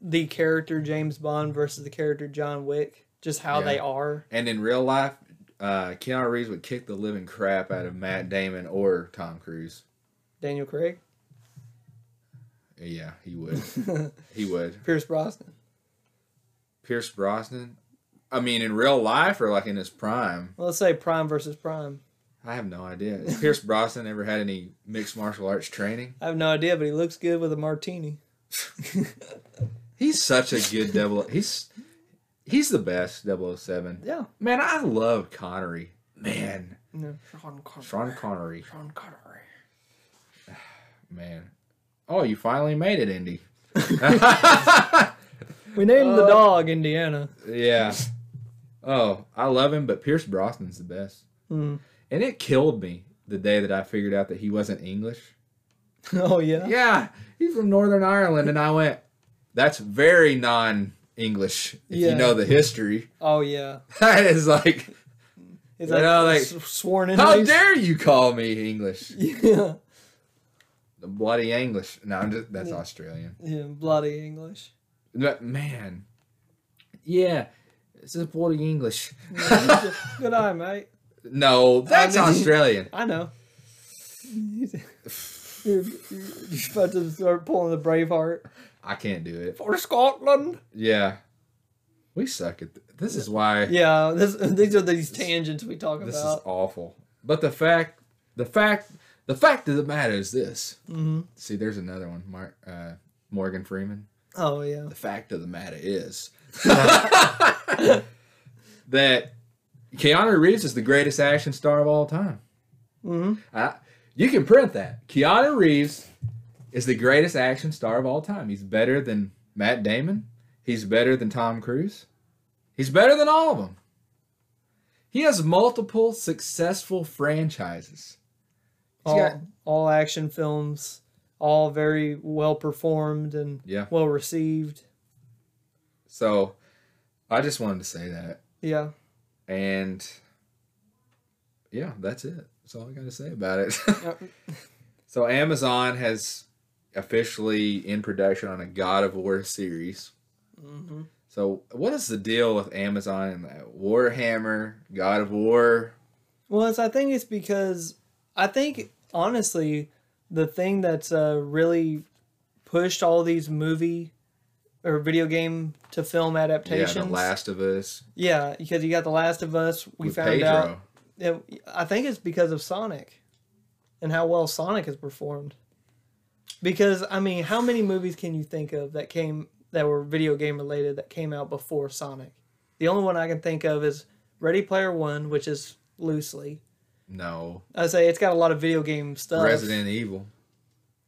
Speaker 2: the character James Bond versus the character John Wick, just how
Speaker 1: Yeah.
Speaker 2: they are.
Speaker 1: And in real life, uh, Keanu Reeves would kick the living crap out of Matt Damon or Tom Cruise.
Speaker 2: Daniel Craig,
Speaker 1: Yeah, he would. he would.
Speaker 2: Pierce Brosnan.
Speaker 1: Pierce Brosnan. I mean, in real life or like in his prime,
Speaker 2: Well, let's say prime versus prime.
Speaker 1: I have no idea. Has Pierce Brosnan ever had any mixed martial arts training?
Speaker 2: I have no idea, but he looks good with a martini.
Speaker 1: He's such a good devil. He's he's the best 007.
Speaker 2: Yeah.
Speaker 1: Man, I love Connery. Man,
Speaker 2: No. Sean Connery.
Speaker 1: Sean Connery.
Speaker 2: Sean Connery.
Speaker 1: Man. Oh, you finally made it, Indy.
Speaker 2: We named
Speaker 1: Uh,
Speaker 2: the dog Indiana.
Speaker 1: yeah. Oh, I love him, but Pierce Brosnan's the best.
Speaker 2: Mm.
Speaker 1: And it killed me the day that I figured out that he wasn't English.
Speaker 2: Oh yeah.
Speaker 1: Yeah, he's from Northern Ireland. And I went, that's very non English if
Speaker 2: Yeah.
Speaker 1: you know the history.
Speaker 2: Oh yeah.
Speaker 1: That is like,
Speaker 2: He's
Speaker 1: You know, like,
Speaker 2: s- sworn in.
Speaker 1: how dare you call me English?
Speaker 2: Yeah.
Speaker 1: The bloody English. No, I'm just, that's Australian.
Speaker 2: Yeah. Bloody English.
Speaker 1: But man, yeah, it's a bloody English.
Speaker 2: Good eye, mate.
Speaker 1: No, that's
Speaker 2: mean-
Speaker 1: Australian.
Speaker 2: I know. you're, you're just about to start pulling the Braveheart
Speaker 1: I can't do it.
Speaker 2: for Scotland.
Speaker 1: Yeah. We suck at th- this is why
Speaker 2: Yeah, this, these are these tangents we talk
Speaker 1: this is
Speaker 2: about.
Speaker 1: awful. But the fact the fact the fact of the matter is this.
Speaker 2: Mhm.
Speaker 1: See, there's another one, Mark uh, Morgan Freeman.
Speaker 2: Oh yeah,
Speaker 1: The fact of the matter is that Keanu Reeves is the greatest action star of all time.
Speaker 2: Mhm.
Speaker 1: I, you can print that. Keanu Reeves is the greatest action star of all time. He's better than Matt Damon. He's better than Tom Cruise. He's better than all of them. He has multiple successful franchises.
Speaker 2: all
Speaker 1: got-
Speaker 2: all action films, all very well performed and
Speaker 1: Yeah.
Speaker 2: well received.
Speaker 1: So I just wanted to say that.
Speaker 2: Yeah,
Speaker 1: And yeah, that's it. That's all I got to say about it.
Speaker 2: Yep.
Speaker 1: so Amazon has officially in production on a God of War series.
Speaker 2: Mhm.
Speaker 1: So what is the deal with Amazon and that Warhammer, God of War?
Speaker 2: Well, it's, I think it's because I think honestly, the thing that's uh, really pushed all these movie or video game to film adaptations.
Speaker 1: Yeah, The Last of Us.
Speaker 2: Yeah, because you got The Last of Us. We
Speaker 1: with
Speaker 2: found
Speaker 1: Pedro.
Speaker 2: out. that- I think it's because of Sonic, and how well Sonic has performed. Because I mean, how many movies can you think of that came that were video game related that came out before Sonic? The only one I can think of is Ready Player One, which is loosely.
Speaker 1: No,
Speaker 2: I say it's got a lot of video game stuff.
Speaker 1: Resident Evil.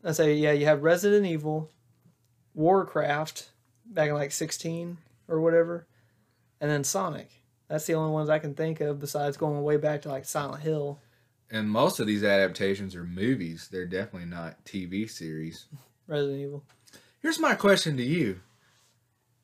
Speaker 2: I say yeah, you have Resident Evil, Warcraft, back in like sixteen or whatever, and then Sonic. That's the only ones I can think of besides going way back to like Silent Hill.
Speaker 1: And most of these adaptations are movies. They're definitely not TV series.
Speaker 2: Resident Evil.
Speaker 1: Here's my question to you.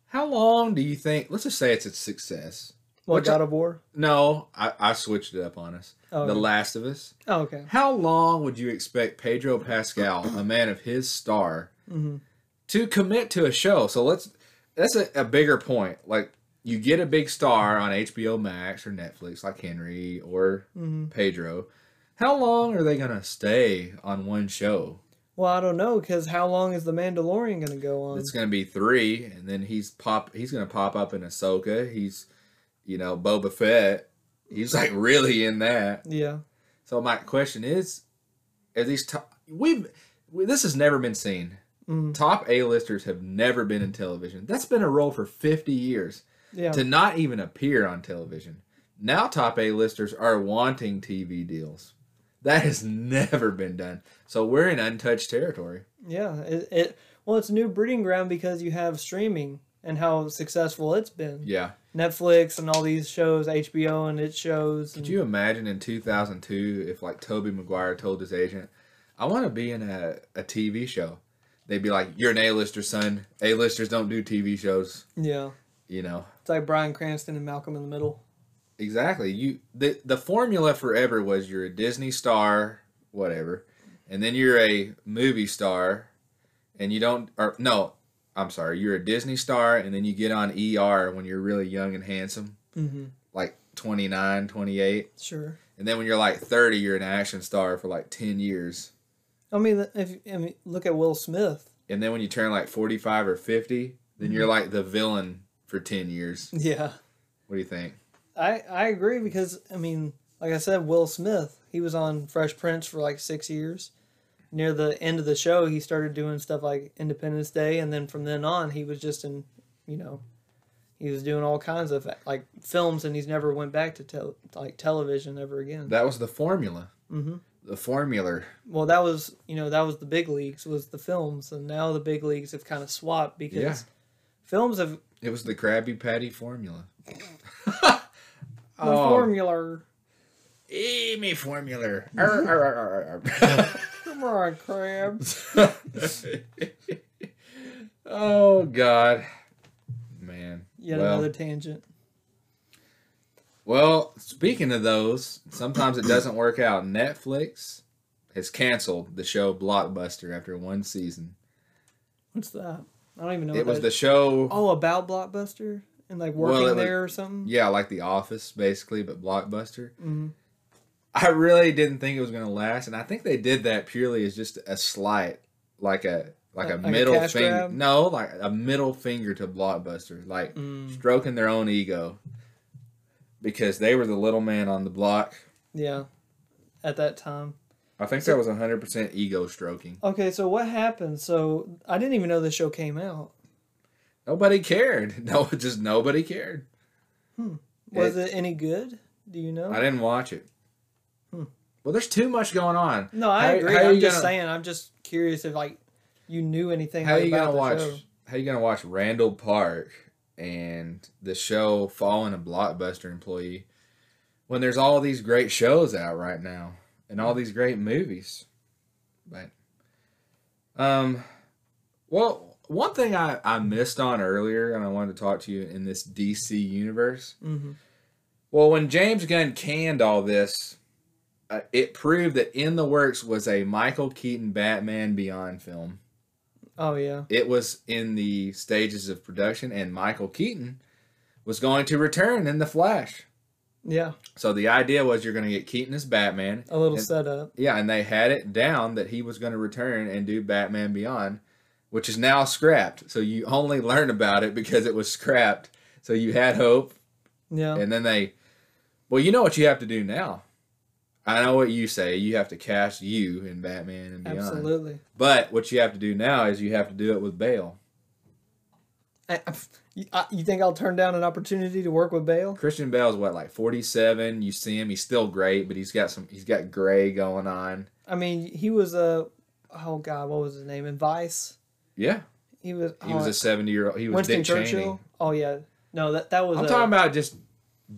Speaker 1: How long do you think, let's just say it's a success.
Speaker 2: What
Speaker 1: Which-
Speaker 2: God of War?
Speaker 1: No, I, I switched it up on us.
Speaker 2: Oh,
Speaker 1: The
Speaker 2: okay.
Speaker 1: Last of Us.
Speaker 2: Oh, okay.
Speaker 1: How long would you expect Pedro Pascal, a man of his star,
Speaker 2: Mhm.
Speaker 1: to commit to a show? So let's that's a, a bigger point. Like you get a big star on HBO Max or Netflix, like Henry or
Speaker 2: hmm
Speaker 1: Pedro. How long are they gonna stay on one show?
Speaker 2: Well, I don't know because how long is the Mandalorian going to go on?
Speaker 1: It's gonna be three, and then he's pop. He's gonna pop up in Ahsoka. He's, you know, Boba Fett. He's like really in that.
Speaker 2: yeah.
Speaker 1: So my question is, are these top? We've we, this has never been seen.
Speaker 2: Mm.
Speaker 1: Top A-listers have never been in television. That's been a role for 50 years
Speaker 2: Yeah.
Speaker 1: to not even appear on television. Now top A-listers are wanting TV deals. That has never been done. So we're in untouched territory.
Speaker 2: yeah. It, it. Well, it's a new breeding ground because you have streaming and how successful it's been.
Speaker 1: Yeah.
Speaker 2: Netflix and all these shows, HBO and its shows.
Speaker 1: Could
Speaker 2: and-
Speaker 1: you imagine in 2002 if like Toby Maguire told his agent, "I want to be in a, a TV show." They'd be like, "You're an A-lister, son. A-listers don't do TV shows."
Speaker 2: Yeah.
Speaker 1: You know.
Speaker 2: It's like Brian Cranston and Malcolm in the Middle.
Speaker 1: Exactly. You the the formula forever was you're a Disney star, whatever, and then you're a movie star, and you don't or no, I'm sorry, you're a Disney star, and then you get on ER when you're really young and handsome,
Speaker 2: Mm-hmm.
Speaker 1: like 29, 28,
Speaker 2: Sure.
Speaker 1: and then when you're like 30, you're an action star for like 10 years,
Speaker 2: I mean, if I mean, look at Will Smith.
Speaker 1: and then when you turn like 45 or 50, then you're like the villain for 10 years.
Speaker 2: Yeah.
Speaker 1: What do you think?
Speaker 2: I, I agree because I mean, like I said, Will Smith, he was on Fresh Prince for like six years. Near the end of the show, he started doing stuff like Independence Day, and then from then on, he was just in, you know, he was doing all kinds of like films, and he's never went back to tel- like television ever again.
Speaker 1: That was the formula.
Speaker 2: hmm
Speaker 1: The formula.
Speaker 2: Well, that was you know that was the big leagues was the films, and now the big leagues have kind of swapped because
Speaker 1: Yeah.
Speaker 2: films have
Speaker 1: It was the Krabby Patty formula.
Speaker 2: the
Speaker 1: Oh.
Speaker 2: formula.
Speaker 1: Amy formula. Arr, arr, arr, arr,
Speaker 2: Come on, crab.
Speaker 1: arr. oh God, man.
Speaker 2: Yet
Speaker 1: well,
Speaker 2: another tangent.
Speaker 1: well, speaking of those, sometimes it doesn't work out. Netflix has canceled the show Blockbuster after one season.
Speaker 2: What's that? I don't even know.
Speaker 1: It
Speaker 2: what
Speaker 1: was
Speaker 2: that
Speaker 1: the
Speaker 2: is.
Speaker 1: show,
Speaker 2: oh about Blockbuster and like
Speaker 1: Well,
Speaker 2: working
Speaker 1: it was-
Speaker 2: there or something.
Speaker 1: yeah, like The Office, basically, but Blockbuster.
Speaker 2: Mhm.
Speaker 1: I really didn't think it was going to last, and I think they did that purely as just a slight, like a like a
Speaker 2: Like a
Speaker 1: middle
Speaker 2: cash
Speaker 1: finger.
Speaker 2: grab?
Speaker 1: No, like a middle finger to Blockbuster, like
Speaker 2: Mm,
Speaker 1: stroking their own ego because they were the little man on the block.
Speaker 2: yeah. At that time.
Speaker 1: I think that was 100% ego stroking.
Speaker 2: Okay, so what happened? So I didn't even know the show came out.
Speaker 1: Nobody cared. No, just nobody cared.
Speaker 2: Hmm. Was it, any good? Do you know?
Speaker 1: I didn't watch it.
Speaker 2: Hmm.
Speaker 1: Well, there's too much going on.
Speaker 2: no, I
Speaker 1: How-
Speaker 2: agree.
Speaker 1: how you
Speaker 2: I'm just
Speaker 1: gonna-
Speaker 2: saying. I'm just curious if like you knew anything.
Speaker 1: How
Speaker 2: about
Speaker 1: you gonna
Speaker 2: the
Speaker 1: watch?
Speaker 2: show.
Speaker 1: How you gonna watch Randall Park and the show following a blockbuster employee when there's all these great shows out right now and
Speaker 2: Hmm.
Speaker 1: all these great movies? But, um, well, one thing I I missed on earlier and I wanted to talk to you in this DC universe.
Speaker 2: Mhm.
Speaker 1: Well, when James Gunn canned all this. Uh, it proved that in the works was a Michael Keaton Batman Beyond film
Speaker 2: Oh yeah.
Speaker 1: it was in the stages of production and michael keaton was going to return in the flash
Speaker 2: Yeah.
Speaker 1: so the idea was you're going to get keaton as batman
Speaker 2: A little
Speaker 1: And-
Speaker 2: setup.
Speaker 1: yeah and they had it down that he was going to return and do batman beyond which is now scrapped so you only learn about it because it was scrapped so you had hope
Speaker 2: Yeah.
Speaker 1: and then they well you know what you have to do now i know what you say you have to cast you in batman and beyond
Speaker 2: Absolutely.
Speaker 1: but what you have to do now is you have to do it with bale
Speaker 2: I, you- I, you think I'll turn down an opportunity to work with Bale?
Speaker 1: Christian Bale's what like 47. You see him, he's still great, but he's got some he's got gray going on.
Speaker 2: I mean, he was a oh god, what was his name in Vice?
Speaker 1: Yeah.
Speaker 2: He was.
Speaker 1: He
Speaker 2: oh,
Speaker 1: was a 70-year-old. He was
Speaker 2: Winston
Speaker 1: Dick
Speaker 2: Churchill.
Speaker 1: Cheney.
Speaker 2: Oh yeah, no, that that was.
Speaker 1: I'm
Speaker 2: a-
Speaker 1: talking about just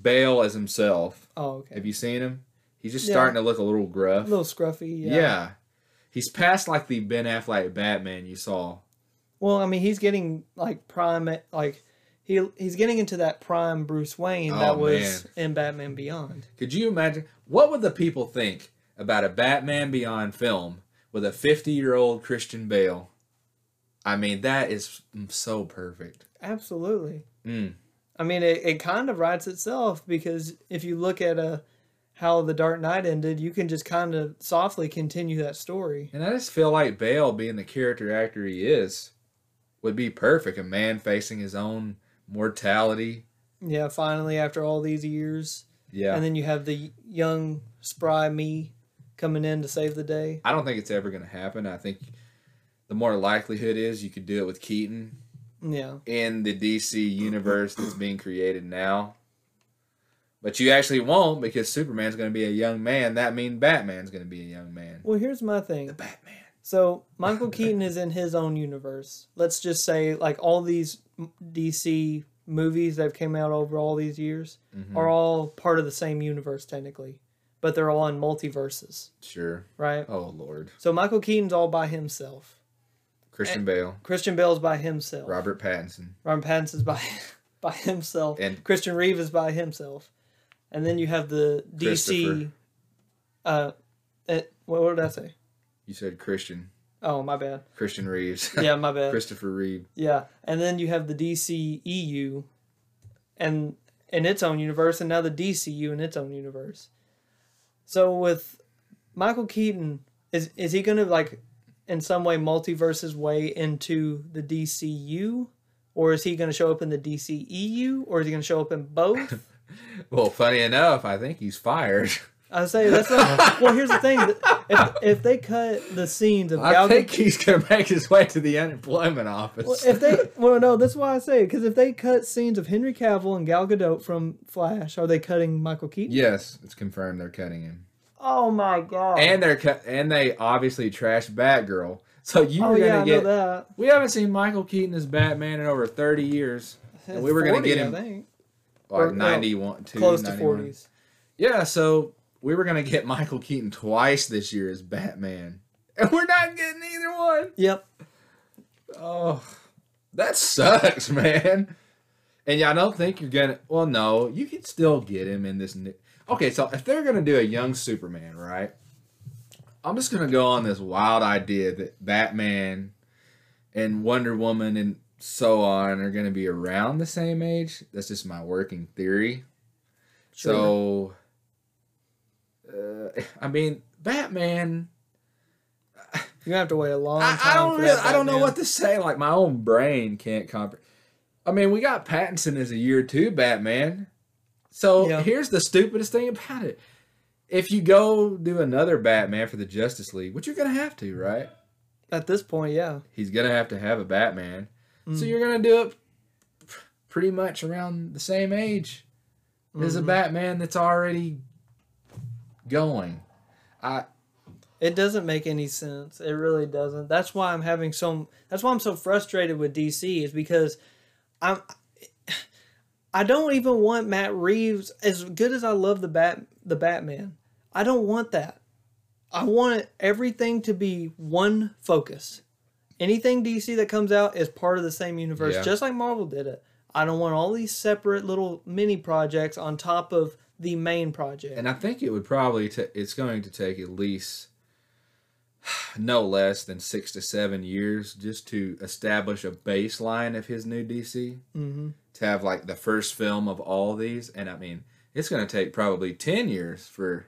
Speaker 1: Bale as himself.
Speaker 2: Oh
Speaker 1: Have
Speaker 2: okay.
Speaker 1: you seen him? He's just
Speaker 2: Yeah.
Speaker 1: starting to look a little
Speaker 2: A
Speaker 1: gruff.
Speaker 2: little scruffy.
Speaker 1: yeah.
Speaker 2: Yeah.
Speaker 1: He's past like the Ben Affleck Batman you saw.
Speaker 2: Well, I mean, he's getting like prime like he he's getting into that prime Bruce Wayne
Speaker 1: Oh,
Speaker 2: that was in Batman Beyond.
Speaker 1: Could you imagine what would the people think about a Batman Beyond film with a 50-year-old Christian Bale? I mean, that is mm, so perfect.
Speaker 2: Absolutely.
Speaker 1: Mm.
Speaker 2: I mean, it, it kind of writes itself because if you look at a how the Dark Knight ended, you can just kind of softly continue that story.
Speaker 1: And I just feel like Bale being the character actor he is would be perfect. A man facing his own mortality.
Speaker 2: Yeah, finally after all these years,
Speaker 1: Yeah.
Speaker 2: and then you have the young spry me coming in to save the day.
Speaker 1: I don't think it's ever going to happen. I think the more likelihood is you could do it with Keaton
Speaker 2: Yeah,
Speaker 1: in the DC universe that's being created now. But you actually won't because Superman's going to be a young man. That means Batman's going to be a young man.
Speaker 2: Well, here's my thing.
Speaker 1: Batman.
Speaker 2: So Michael Keaton is in his own universe. Let's just say, like all these m- DC movies that have came out over all these years
Speaker 1: Mm-hmm. Hmm.
Speaker 2: are all part of the same universe technically, but they're all in multiverses,
Speaker 1: Sure.
Speaker 2: right?
Speaker 1: Oh, Lord.
Speaker 2: So Michael Keaton's all by himself.
Speaker 1: Christian Bale,
Speaker 2: Christian Bale's by himself.
Speaker 1: Robert Pattinson.
Speaker 2: Ron Pattinson's by by himself.
Speaker 1: And-
Speaker 2: Christian Reeve is by himself. And then you have the DC.
Speaker 1: Christopher.
Speaker 2: Uh, eh, what, what did I say?
Speaker 1: You said Christian.
Speaker 2: Oh, my bad.
Speaker 1: Christian Reeves.
Speaker 2: Yeah, my bad.
Speaker 1: Christopher Reeve.
Speaker 2: Yeah, and then you have the DC EU, and in its own universe, and now the DCU in its own universe. So with Michael Keaton, is is he going to like, in some way, multiverse's way into the DCU, or is he going to show up in the DCEU, or is he going to show up in both?
Speaker 1: Well, funny enough, I think he's fired.
Speaker 2: I say that's not, well. Here's the thing: if if they cut the scenes of
Speaker 1: I
Speaker 2: Gal
Speaker 1: think he's going to make his way to the unemployment office.
Speaker 2: Well, if they well no that's why i say because if they cut scenes of henry cavill and gal gadot from flash are they cutting michael keaton
Speaker 1: yes, it's confirmed they're cutting him.
Speaker 2: oh my god
Speaker 1: and they're cut and they obviously trashed Batgirl. So you
Speaker 2: oh
Speaker 1: were
Speaker 2: yeah
Speaker 1: gonna
Speaker 2: i know
Speaker 1: get.
Speaker 2: that
Speaker 1: We haven't seen Michael Keaton as Batman in over thirty years. And we were gonna
Speaker 2: 40,
Speaker 1: get him
Speaker 2: I think. Or,
Speaker 1: like
Speaker 2: no,
Speaker 1: ninety one, two,
Speaker 2: close to
Speaker 1: 91.
Speaker 2: 40s
Speaker 1: Yeah, so we were gonna get Michael Keaton twice this year as Batman, and we're not getting either one.
Speaker 2: yep
Speaker 1: Oh, that sucks, man. And yeah, I don't think you're gonna. Well, no, you could still get him in this. New, okay, so if they're gonna do a young Superman, right? I'm just gonna go on this wild idea that Batman and Wonder Woman and so on are gonna be around the same age. That's just my working theory. So, uh, I mean, Batman.
Speaker 2: you're gonna have to wait a long time
Speaker 1: I, I don't
Speaker 2: for
Speaker 1: really,
Speaker 2: that
Speaker 1: I don't know
Speaker 2: Batman.
Speaker 1: what to say. Like my own brain can't comprehend. I mean, we got Pattinson as a year two Batman. So
Speaker 2: Yeah.
Speaker 1: here's the stupidest thing about it: if you go do another Batman for the Justice League, which you're gonna have to, right?
Speaker 2: at this point yeah
Speaker 1: He's gonna have to have a Batman. So
Speaker 2: Mm.
Speaker 1: you're gonna do it p- pretty much around the same age as a
Speaker 2: Mhm.
Speaker 1: Batman that's already going. I
Speaker 2: It doesn't make any sense. It really doesn't. That's why I'm having so. That's why I'm so frustrated with DC is because I'm. I don't even want Matt Reeves. As good as I love the bat, the Batman, I don't want that. I want everything to be one focus. Anything DC that comes out is part of the same universe,
Speaker 1: Yeah.
Speaker 2: just like Marvel did it. I don't want all these separate little mini projects on top of the main project.
Speaker 1: and I think it would probably ta it's going to take at least no less than six to seven years just to establish a baseline of his new DC
Speaker 2: mm-hmm.
Speaker 1: to have like the first film of all these, and I mean it's going to take probably ten years for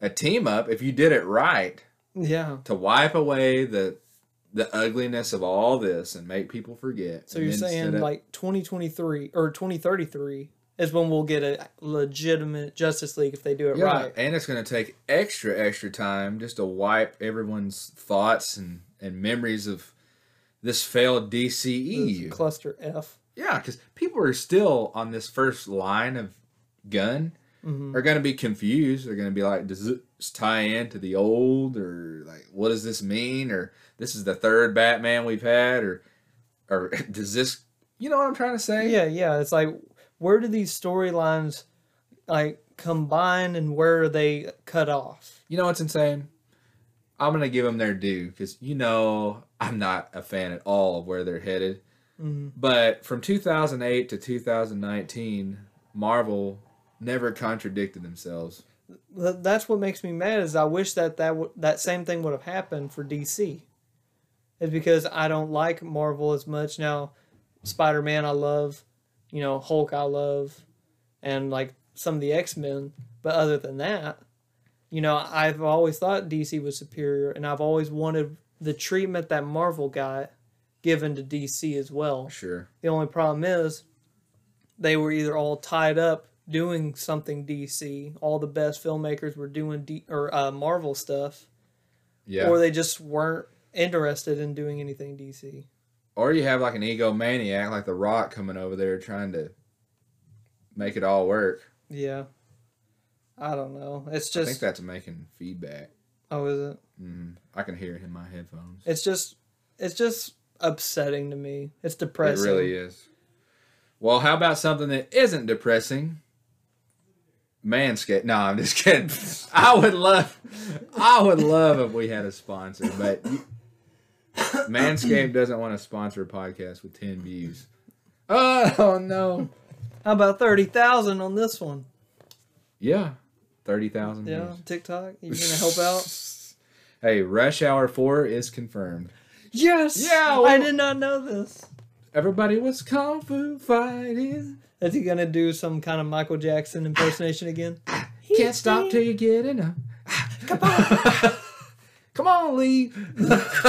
Speaker 1: a team up if you did it right
Speaker 2: Yeah.
Speaker 1: to wipe away the the ugliness of all this and make people forget.
Speaker 2: So
Speaker 1: and
Speaker 2: you're
Speaker 1: then
Speaker 2: saying
Speaker 1: set up-
Speaker 2: like 2023 or 2033 is when we'll get a legitimate Justice League if they do it
Speaker 1: Yeah,
Speaker 2: right.
Speaker 1: and it's going to take extra, extra time just to wipe everyone's thoughts and, and memories of this failed
Speaker 2: It's
Speaker 1: DCEU.
Speaker 2: Cluster F.
Speaker 1: Yeah, because people are still on this first line of gun
Speaker 2: Mhm.
Speaker 1: are going to be confused. They're going to be like, does this tie into the old, or like, what does this mean, or this is the third Batman we've had, or or does this, you know what I'm trying to say?
Speaker 2: Yeah, yeah. It's like where do these storylines like combine and where are they cut off?
Speaker 1: You know what's insane? I'm gonna give them their due because you know I'm not a fan at all of where they're headed.
Speaker 2: Mm-hmm.
Speaker 1: But from 2008 to 2019, Marvel never contradicted themselves.
Speaker 2: Th- That's what makes me mad is I wish that that, w- that same thing would have happened for DC. It's because I don't like Marvel as much now. Spider Man I love, you know Hulk I love, and like some of the X Men. But other than that, you know I've always thought DC was superior, and I've always wanted the treatment that Marvel got given to DC as well.
Speaker 1: Sure.
Speaker 2: The only problem is they were either all tied up doing something DC, all the best filmmakers were doing D- or uh, Marvel stuff,
Speaker 1: Yeah.
Speaker 2: or
Speaker 1: Or,
Speaker 2: they just weren't interested in doing anything DC.
Speaker 1: you have like an egomaniac like The Rock coming over there trying to make it all work.
Speaker 2: Yeah. I don't know. It's
Speaker 1: I think
Speaker 2: just
Speaker 1: that's making feedback.
Speaker 2: oh, is it?
Speaker 1: Mm, I can hear it in my headphones.
Speaker 2: It's just it's just upsetting to me. It's
Speaker 1: It
Speaker 2: depressing.
Speaker 1: really is. Well, how about something that isn't depressing? Manscaped. No, I'm just kidding. I would love, I would love if we had a sponsor, but you- Manscaped doesn't want to sponsor a podcast with ten views. Oh no!
Speaker 2: How about thirty thousand on this one?
Speaker 1: Yeah, thirty thousand.
Speaker 2: Yeah,
Speaker 1: views.
Speaker 2: TikTok. You gonna help out?
Speaker 1: Hey, Rush Hour Four is confirmed.
Speaker 2: yes.
Speaker 1: Yeah,
Speaker 2: I
Speaker 1: well-
Speaker 2: did not know this.
Speaker 1: Everybody was kung fu fighting.
Speaker 2: Is he gonna do some kind of Michael Jackson impersonation again?
Speaker 1: Can't stop till you get enough. Come on. Come on, Lee.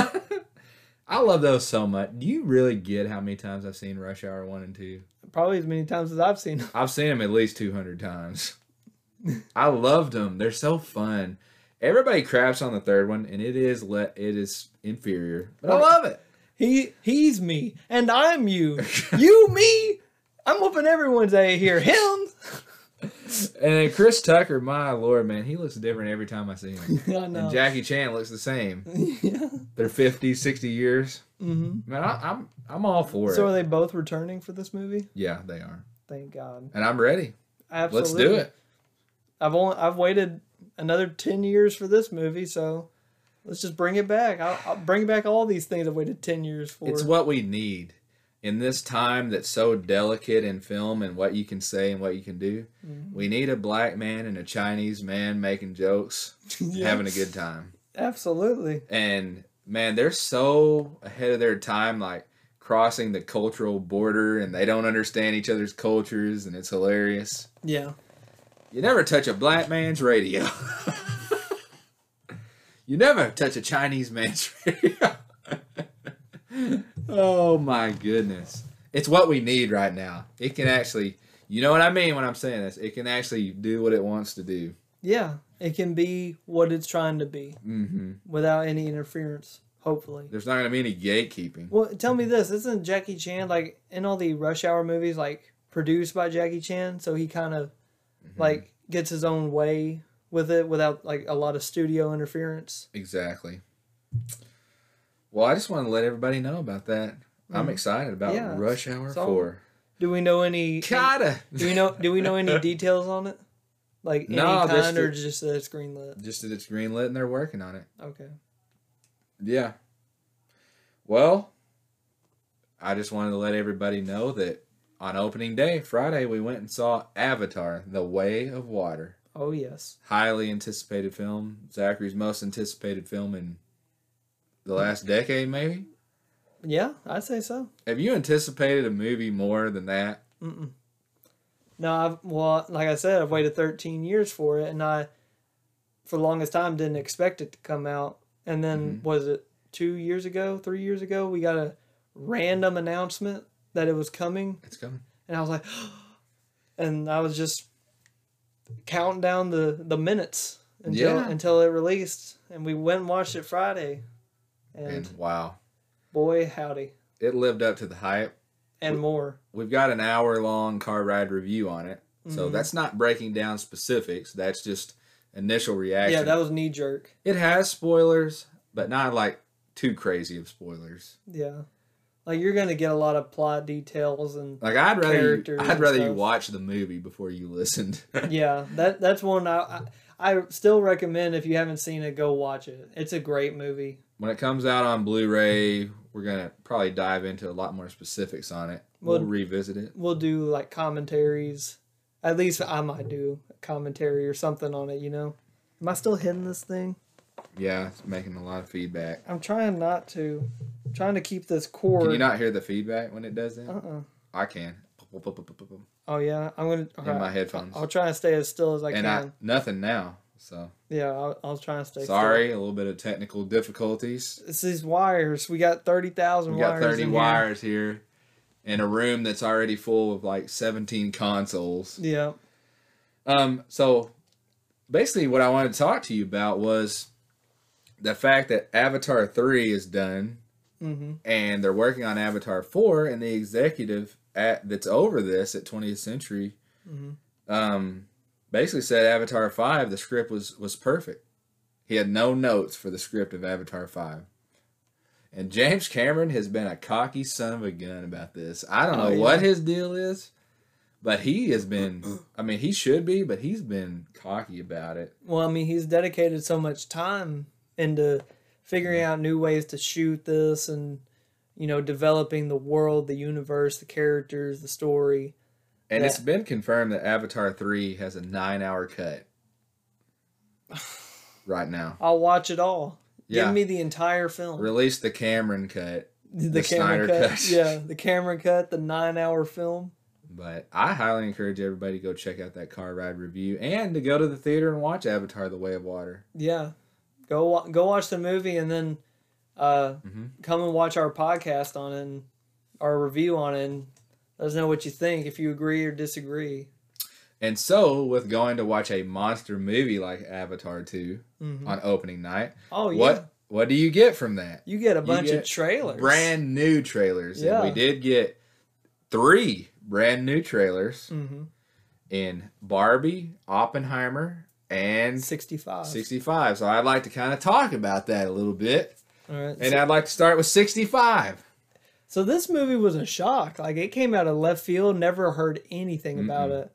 Speaker 1: I love those so much. Do you really get how many times I've seen Rush Hour 1 and 2?
Speaker 2: Probably as many times as I've seen. him.
Speaker 1: I've seen them at least 200 times. I loved them. They're so fun. Everybody craps on the third one, and it is le- it is inferior, but I love it.
Speaker 2: He he's me and I'm you. you me. I'm whooping everyone's a here. Him.
Speaker 1: And then Chris Tucker, my lord, man, he looks different every time I see him.
Speaker 2: I know.
Speaker 1: And Jackie Chan looks the same.
Speaker 2: yeah.
Speaker 1: They're 50, 60 years.
Speaker 2: hmm
Speaker 1: Man, I, I'm I'm all for
Speaker 2: So
Speaker 1: it.
Speaker 2: are they both returning for this movie?
Speaker 1: yeah, they are.
Speaker 2: Thank God.
Speaker 1: and I'm ready.
Speaker 2: Absolutely.
Speaker 1: Let's do it.
Speaker 2: I've only I've waited another ten years for this movie, so let's just bring it back. I'll, I'll bring back all these things I've waited ten years for.
Speaker 1: It's what we need in this time that's so delicate in film and what you can say and what you can do. We need a black man and a Chinese man making jokes,
Speaker 2: Yeah.
Speaker 1: having a good time.
Speaker 2: Absolutely.
Speaker 1: And man, they're so ahead of their time, like crossing the cultural border and they don't understand each other's cultures, and it's hilarious.
Speaker 2: Yeah.
Speaker 1: You never touch a black man's radio. you never touch a Chinese man's radio. oh my goodness. It's what we need right now. It can actually, you know what I mean when I'm saying this, it can actually do what it wants to do.
Speaker 2: Yeah. It can be what it's trying to be
Speaker 1: hmm
Speaker 2: without any interference. Hopefully.
Speaker 1: There's not going to be any gatekeeping.
Speaker 2: Well, tell me this: Isn't Jackie Chan like in all the Rush Hour movies like produced by Jackie Chan? So he kind of like gets his own way with it without like a lot of studio interference.
Speaker 1: Exactly. Well, I just want to let everybody know about that. I'm excited about
Speaker 2: Mm. Yeah,
Speaker 1: Rush Hour
Speaker 2: so-
Speaker 1: 4.
Speaker 2: Do we know any?
Speaker 1: Gotta!
Speaker 2: Do we know? Do we know any details on it? Like any
Speaker 1: No,
Speaker 2: kind,
Speaker 1: this
Speaker 2: or just that it's greenlit?
Speaker 1: Just that it's greenlit and they're working on it.
Speaker 2: Okay.
Speaker 1: Yeah. Well, I just wanted to let everybody know that on opening day, Friday, we went and saw Avatar: The Way of Water.
Speaker 2: Oh yes.
Speaker 1: Highly anticipated film, Zachary's most anticipated film in the last decade, maybe.
Speaker 2: Yeah, I'd say so.
Speaker 1: Have you anticipated a movie more than that?
Speaker 2: Mm-mm. No, I've well, like I said, I've waited 13 years for it, and I, for the longest time, didn't expect it to come out. And then
Speaker 1: Mm-hmm.
Speaker 2: was it two years ago, three years ago, we got a random announcement that it was coming,
Speaker 1: It's coming.
Speaker 2: and I was like, and I was just counting down the the minutes until
Speaker 1: Yeah.
Speaker 2: until it released, and we went and watched it Friday, and,
Speaker 1: And wow,
Speaker 2: boy howdy,
Speaker 1: it lived up to the hype.
Speaker 2: and more.
Speaker 1: We've got an hour long car ride review on it.
Speaker 2: Mm-hmm.
Speaker 1: So that's not breaking down specifics. That's just initial reaction.
Speaker 2: Yeah, that was knee jerk.
Speaker 1: It has spoilers, but not like too crazy of spoilers.
Speaker 2: Yeah. Like you're gonna get a lot of plot details and
Speaker 1: Like I'd rather you,
Speaker 2: Characters
Speaker 1: I'd
Speaker 2: and
Speaker 1: rather you
Speaker 2: stuff.
Speaker 1: watch the movie before you listened.
Speaker 2: yeah, that that's one I, I I still recommend if you haven't seen it, go watch it. It's a great movie.
Speaker 1: when it comes out on Blu-ray, we're gonna probably dive into a lot more specifics on it.
Speaker 2: Well-
Speaker 1: We'll, revisit it.
Speaker 2: We'll do like commentaries. At least I might do a commentary or something on it, you know? Am I still hitting this thing?
Speaker 1: Yeah, it's making a lot of feedback.
Speaker 2: I'm trying not to. I'm trying to keep this cord.
Speaker 1: Can you not hear the feedback when it does that?
Speaker 2: Uh-uh.
Speaker 1: I can. In
Speaker 2: Oh, yeah. I'm going to.
Speaker 1: my headphones.
Speaker 2: I'll try and stay as still as I
Speaker 1: and
Speaker 2: can.
Speaker 1: I nothing now. So
Speaker 2: yeah, I'll, I'll try and stay still.
Speaker 1: sorry, a little bit of technical difficulties.
Speaker 2: It's these wires. We got 30,000
Speaker 1: We
Speaker 2: wires.
Speaker 1: got 30
Speaker 2: in here.
Speaker 1: wires here in a room that's already full of like 17 consoles.
Speaker 2: Yeah.
Speaker 1: Um, so basically, what I wanted to talk to you about was the fact that Avatar 3 is done
Speaker 2: Mm-hmm.
Speaker 1: and they're working on Avatar 4, and the executive at, that's over this at 20th Century
Speaker 2: Mhm.
Speaker 1: um, basically said Avatar 5, the script was, was perfect. He had no notes for the script of Avatar 5. And James Cameron has been a cocky son of a gun about this. I don't
Speaker 2: Oh,
Speaker 1: know
Speaker 2: yeah.
Speaker 1: what his deal is, but he has been, I mean, he should be, but he's been cocky about it.
Speaker 2: Well, I mean, he's dedicated so much time into figuring out new ways to shoot this and, you know, developing the world, the universe, the characters, the story.
Speaker 1: And
Speaker 2: Yeah.
Speaker 1: it's been confirmed that Avatar 3 has a nine hour cut right now.
Speaker 2: I'll watch it all.
Speaker 1: Yeah.
Speaker 2: Give me the entire film.
Speaker 1: Release the Cameron cut,
Speaker 2: The,
Speaker 1: the Snyder
Speaker 2: camera cut.
Speaker 1: cut.
Speaker 2: Yeah, the camera cut, the nine hour film.
Speaker 1: but I highly encourage everybody to go check out that car ride review and to go to the theater and watch Avatar The Way of Water.
Speaker 2: Yeah. Go, wa- go watch the movie and then uh,
Speaker 1: Mhm.
Speaker 2: come and watch our podcast on it and our review on it and let us know what you think, if you agree or disagree.
Speaker 1: And so, with going to watch a monster movie like Avatar 2
Speaker 2: Mhm.
Speaker 1: on opening night,
Speaker 2: Oh, yeah.
Speaker 1: what what do you get from that?
Speaker 2: You get a bunch
Speaker 1: get
Speaker 2: of trailers.
Speaker 1: Brand new trailers. And
Speaker 2: Yeah.
Speaker 1: we did get three brand new trailers
Speaker 2: hmm
Speaker 1: in Barbie, Oppenheimer, and
Speaker 2: 65.
Speaker 1: 65. So I'd like to kind of talk about that a little bit.
Speaker 2: All right.
Speaker 1: And
Speaker 2: so,
Speaker 1: I'd like to start with 65.
Speaker 2: so this movie was a shock. Like it came out of left field, never heard anything about it.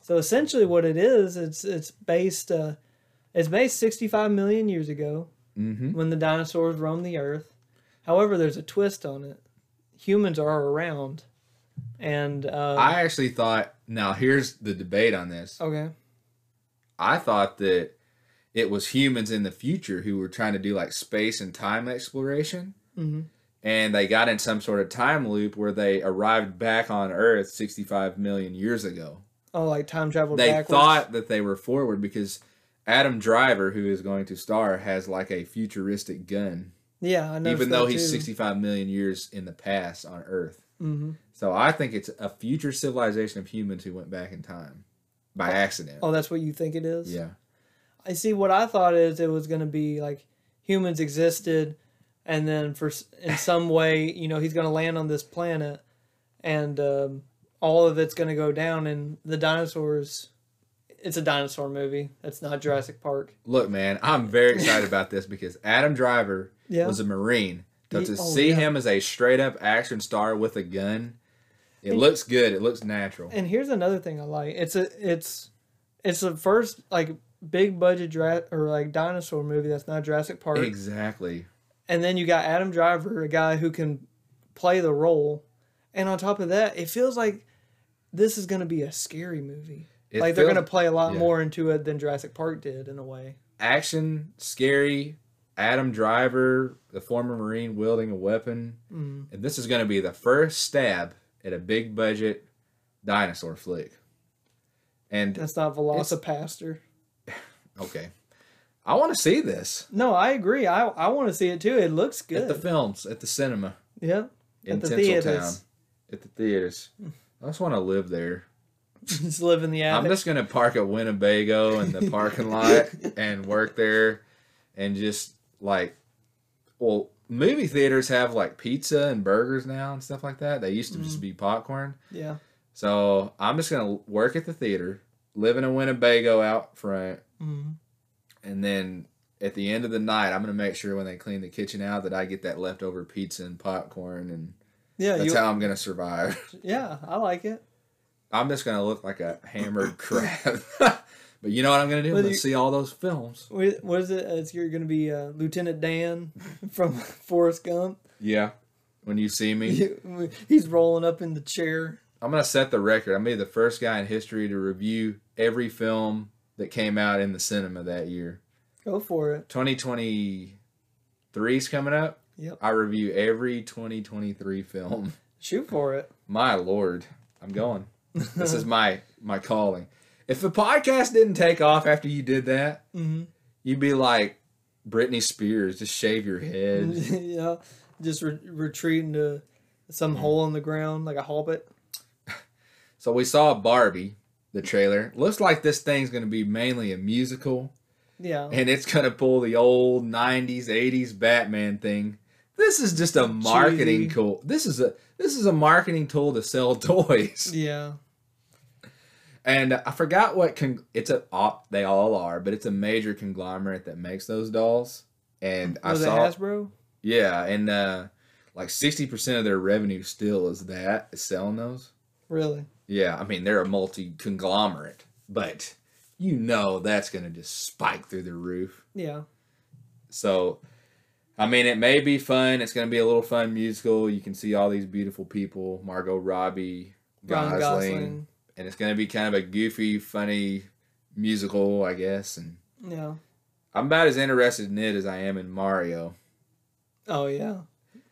Speaker 2: So essentially what it is, it's it's based uh it's based 65 million years ago
Speaker 1: Mm-hmm.
Speaker 2: when the dinosaurs roamed the earth. However, there's a twist on it. Humans are around and uh
Speaker 1: I actually thought, now here's the debate on this.
Speaker 2: okay.
Speaker 1: I thought that it was humans in the future who were trying to do like space and time exploration.
Speaker 2: Mhm.
Speaker 1: And they got in some sort of time loop where they arrived back on Earth 65 million years ago.
Speaker 2: Oh, like time travel
Speaker 1: They
Speaker 2: backwards.
Speaker 1: thought that they were forward because Adam Driver, who is going to star, has like a futuristic gun,
Speaker 2: yeah, I know.
Speaker 1: even though he's 65 million years in the past on Earth.
Speaker 2: Mm-hmm.
Speaker 1: So I think it's a future civilization of humans who went back in time by accident.
Speaker 2: Oh, that's what you think it is?
Speaker 1: Yeah.
Speaker 2: I see what I thought is it was going to be like humans existed and then for s- in some way, you know, he's going to land on this planet and um, all of it's going to go down and the dinosaurs it's a dinosaur movie. It's not Jurassic Park.
Speaker 1: Look, man, I'm very excited about this because Adam Driver
Speaker 2: Yeah.
Speaker 1: was a Marine. So
Speaker 2: He-
Speaker 1: to
Speaker 2: oh,
Speaker 1: see
Speaker 2: yeah.
Speaker 1: him as a straight up action star with a gun, it looks good. It looks natural.
Speaker 2: and here's another thing I like. It's a it's it's the first like big budget dra- or like dinosaur movie that's not Jurassic Park.
Speaker 1: Exactly.
Speaker 2: And then you got Adam Driver, a guy who can play the role. And on top of that, it feels like this is going to be a scary movie.
Speaker 1: It
Speaker 2: like they're
Speaker 1: feels
Speaker 2: going to play a lot
Speaker 1: yeah.
Speaker 2: more into it than Jurassic Park did in a way.
Speaker 1: action, scary. Adam Driver, the former Marine wielding a weapon.
Speaker 2: Mm.
Speaker 1: And this is going to be the first stab at a big budget dinosaur flick. And
Speaker 2: That's not Velocipaster.
Speaker 1: Okay. I want to see this
Speaker 2: No, I agree. I I want to see it too. It looks
Speaker 1: at the
Speaker 2: good.
Speaker 1: films, at the cinema,
Speaker 2: yeah.
Speaker 1: in
Speaker 2: At the
Speaker 1: Tinseltown,
Speaker 2: theaters. Hmm.
Speaker 1: at the theaters. I just want to live there.
Speaker 2: just live in the
Speaker 1: I'm
Speaker 2: attic.
Speaker 1: just going to park at Winnebago in the parking lot and work there and just like, well, movie theaters have like pizza and burgers now and stuff like that. They used to just be popcorn.
Speaker 2: yeah.
Speaker 1: So I'm just going to work at the theater, live in a Winnebago out front,
Speaker 2: Mm.
Speaker 1: and then at the end of the night, I'm gonna make sure when they clean the kitchen out that I get that leftover pizza and popcorn, and
Speaker 2: Yeah.
Speaker 1: that's
Speaker 2: You,
Speaker 1: how I'm gonna survive.
Speaker 2: yeah. I like it.
Speaker 1: I'm just gonna look like a hammered crab. but you know what I'm gonna do? I'm
Speaker 2: But
Speaker 1: gonna
Speaker 2: you-
Speaker 1: see all those films.
Speaker 2: What what is it? It's, you're going to be uh, Lieutenant Dan from Forrest Gump.
Speaker 1: Yeah, when you see me.
Speaker 2: He's rolling up in the chair.
Speaker 1: I'm gonna set the record. I'm gonna be the first guy in history to review every film that came out in the cinema that year.
Speaker 2: Go for it.
Speaker 1: 2023 is coming up.
Speaker 2: Yep.
Speaker 1: I review every 2023 film.
Speaker 2: Shoot for it.
Speaker 1: My lord, I'm going. This is my my calling. If the podcast didn't take off after you did that,
Speaker 2: Mm-hmm.
Speaker 1: you'd be like Britney Spears, just shave your head.
Speaker 2: yeah, just re- retreating to some
Speaker 1: Mm.
Speaker 2: hole in the ground like a hobbit.
Speaker 1: So we saw Barbie, the trailer. Looks like this thing's gonna be mainly a musical.
Speaker 2: Yeah,
Speaker 1: and it's gonna pull the old '90s, '80s Batman thing. This is just a marketing
Speaker 2: Cheesy.
Speaker 1: tool. This is a this is a marketing tool to sell toys.
Speaker 2: yeah.
Speaker 1: And I forgot what con- it's a uh, they all are, but it's a major conglomerate that makes those dolls. And I
Speaker 2: Was
Speaker 1: saw
Speaker 2: it Hasbro?
Speaker 1: yeah, and uh, like sixty percent of their revenue still is that is selling those.
Speaker 2: Really?
Speaker 1: Yeah, I mean they're a multi conglomerate, but you know that's gonna just spike through the roof.
Speaker 2: Yeah.
Speaker 1: So, I mean, it may be fun. It's going to be a little fun musical. You can see all these beautiful people: Margot Robbie,
Speaker 2: Ron
Speaker 1: Gosling,
Speaker 2: Gosling.
Speaker 1: and it's going to be kind of a goofy, funny musical, I guess. And
Speaker 2: Yeah.
Speaker 1: I'm about as interested in it as I am in Mario.
Speaker 2: Oh yeah.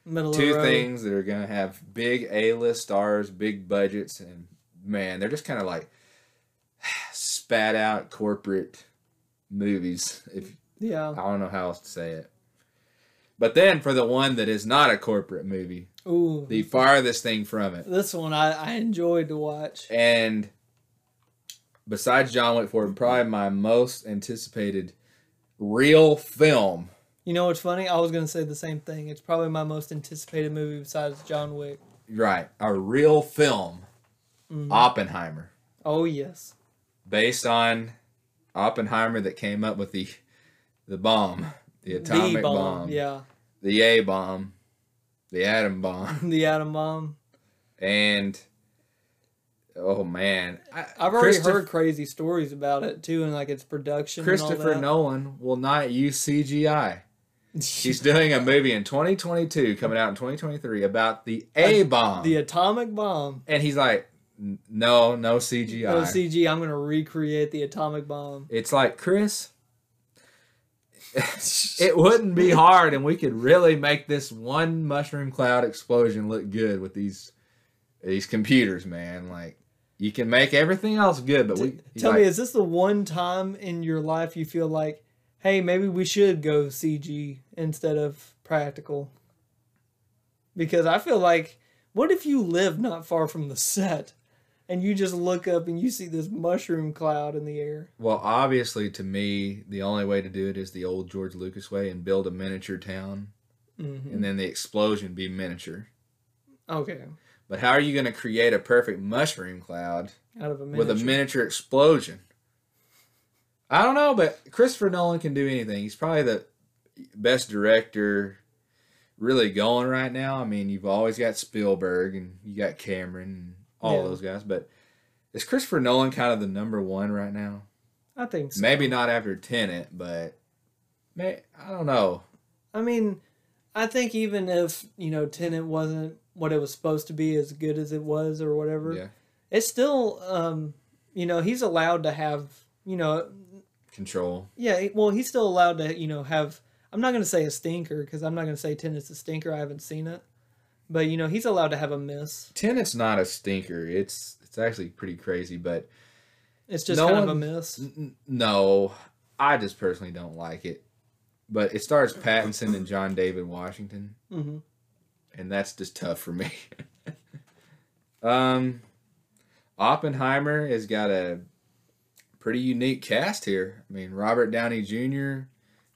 Speaker 2: Middle of the
Speaker 1: Two
Speaker 2: road.
Speaker 1: things that are going to have big A-list stars, big budgets, and man, they're just kind of like spat out corporate movies. If
Speaker 2: Yeah.
Speaker 1: I don't know how else to say it. But then for the one that is not a corporate movie,
Speaker 2: Ooh.
Speaker 1: the farthest thing from it.
Speaker 2: this one I, I enjoyed to watch.
Speaker 1: And besides John Wick 4, probably my most anticipated real film.
Speaker 2: You know what's funny? I was gonna say the same thing. It's probably my most anticipated movie besides John Wick.
Speaker 1: Right. A real film.
Speaker 2: Mhm.
Speaker 1: Oppenheimer.
Speaker 2: Oh yes.
Speaker 1: Based on Oppenheimer that came up with the the bomb. The atomic
Speaker 2: the
Speaker 1: bomb.
Speaker 2: bomb. Yeah.
Speaker 1: The A bomb. The atom bomb.
Speaker 2: The atom bomb.
Speaker 1: And oh man. I,
Speaker 2: I've already
Speaker 1: Christopher-
Speaker 2: heard crazy stories about it too, and like its production.
Speaker 1: Christopher
Speaker 2: and all
Speaker 1: Nolan will not use CGI.
Speaker 2: that.
Speaker 1: He's doing a movie in 2022, coming out in 2023, about the A bomb,
Speaker 2: Uh, the atomic bomb.
Speaker 1: and he's like, "N- "No, no CGI."
Speaker 2: No CG. I'm gonna recreate the atomic bomb.
Speaker 1: it's like Chris. It wouldn't be hard, and we could really make this one mushroom cloud explosion look good with these these computers, man. Like you can make everything else good, but we he's
Speaker 2: Tell
Speaker 1: like,
Speaker 2: me, is this the one time in your life you feel like, hey, maybe we should go CG instead of practical? Because I feel like, what if you live not far from the set and you just look up and you see this mushroom cloud in the air?
Speaker 1: Well, obviously, to me, the only way to do it is the old George Lucas way and build a miniature town,
Speaker 2: hmm
Speaker 1: and then the explosion be miniature.
Speaker 2: Okay.
Speaker 1: But how are you going to create a perfect mushroom cloud
Speaker 2: Out of a minute.
Speaker 1: with a miniature explosion? I don't know, but Christopher Nolan can do anything. He's probably the best director really going right now. I mean, you've always got Spielberg and you got Cameron and all
Speaker 2: Yeah.
Speaker 1: those guys, but is Christopher Nolan kind of the number one right now?
Speaker 2: I think so.
Speaker 1: Maybe not after Tenant, but may, I don't know.
Speaker 2: I mean, I think even if, you know, Tenant wasn't what it was supposed to be as good as it was or whatever.
Speaker 1: Yeah,
Speaker 2: it's still um you know he's allowed to have you know
Speaker 1: control.
Speaker 2: yeah he- well he's still allowed to you know have i'm not going to say a stinker because i'm not going to say tennis a stinker i haven't seen it but you know he's allowed to have a miss
Speaker 1: Tenant's not a stinker. It's it's actually pretty crazy, but
Speaker 2: it's just
Speaker 1: No
Speaker 2: kind of a
Speaker 1: one-
Speaker 2: miss
Speaker 1: n- n- no, I just personally don't like it. But it stars Pattinson and John David Washington,
Speaker 2: hmm
Speaker 1: and that's just tough for me. um, Oppenheimer has got a pretty unique cast here. I mean, Robert Downey Jr.,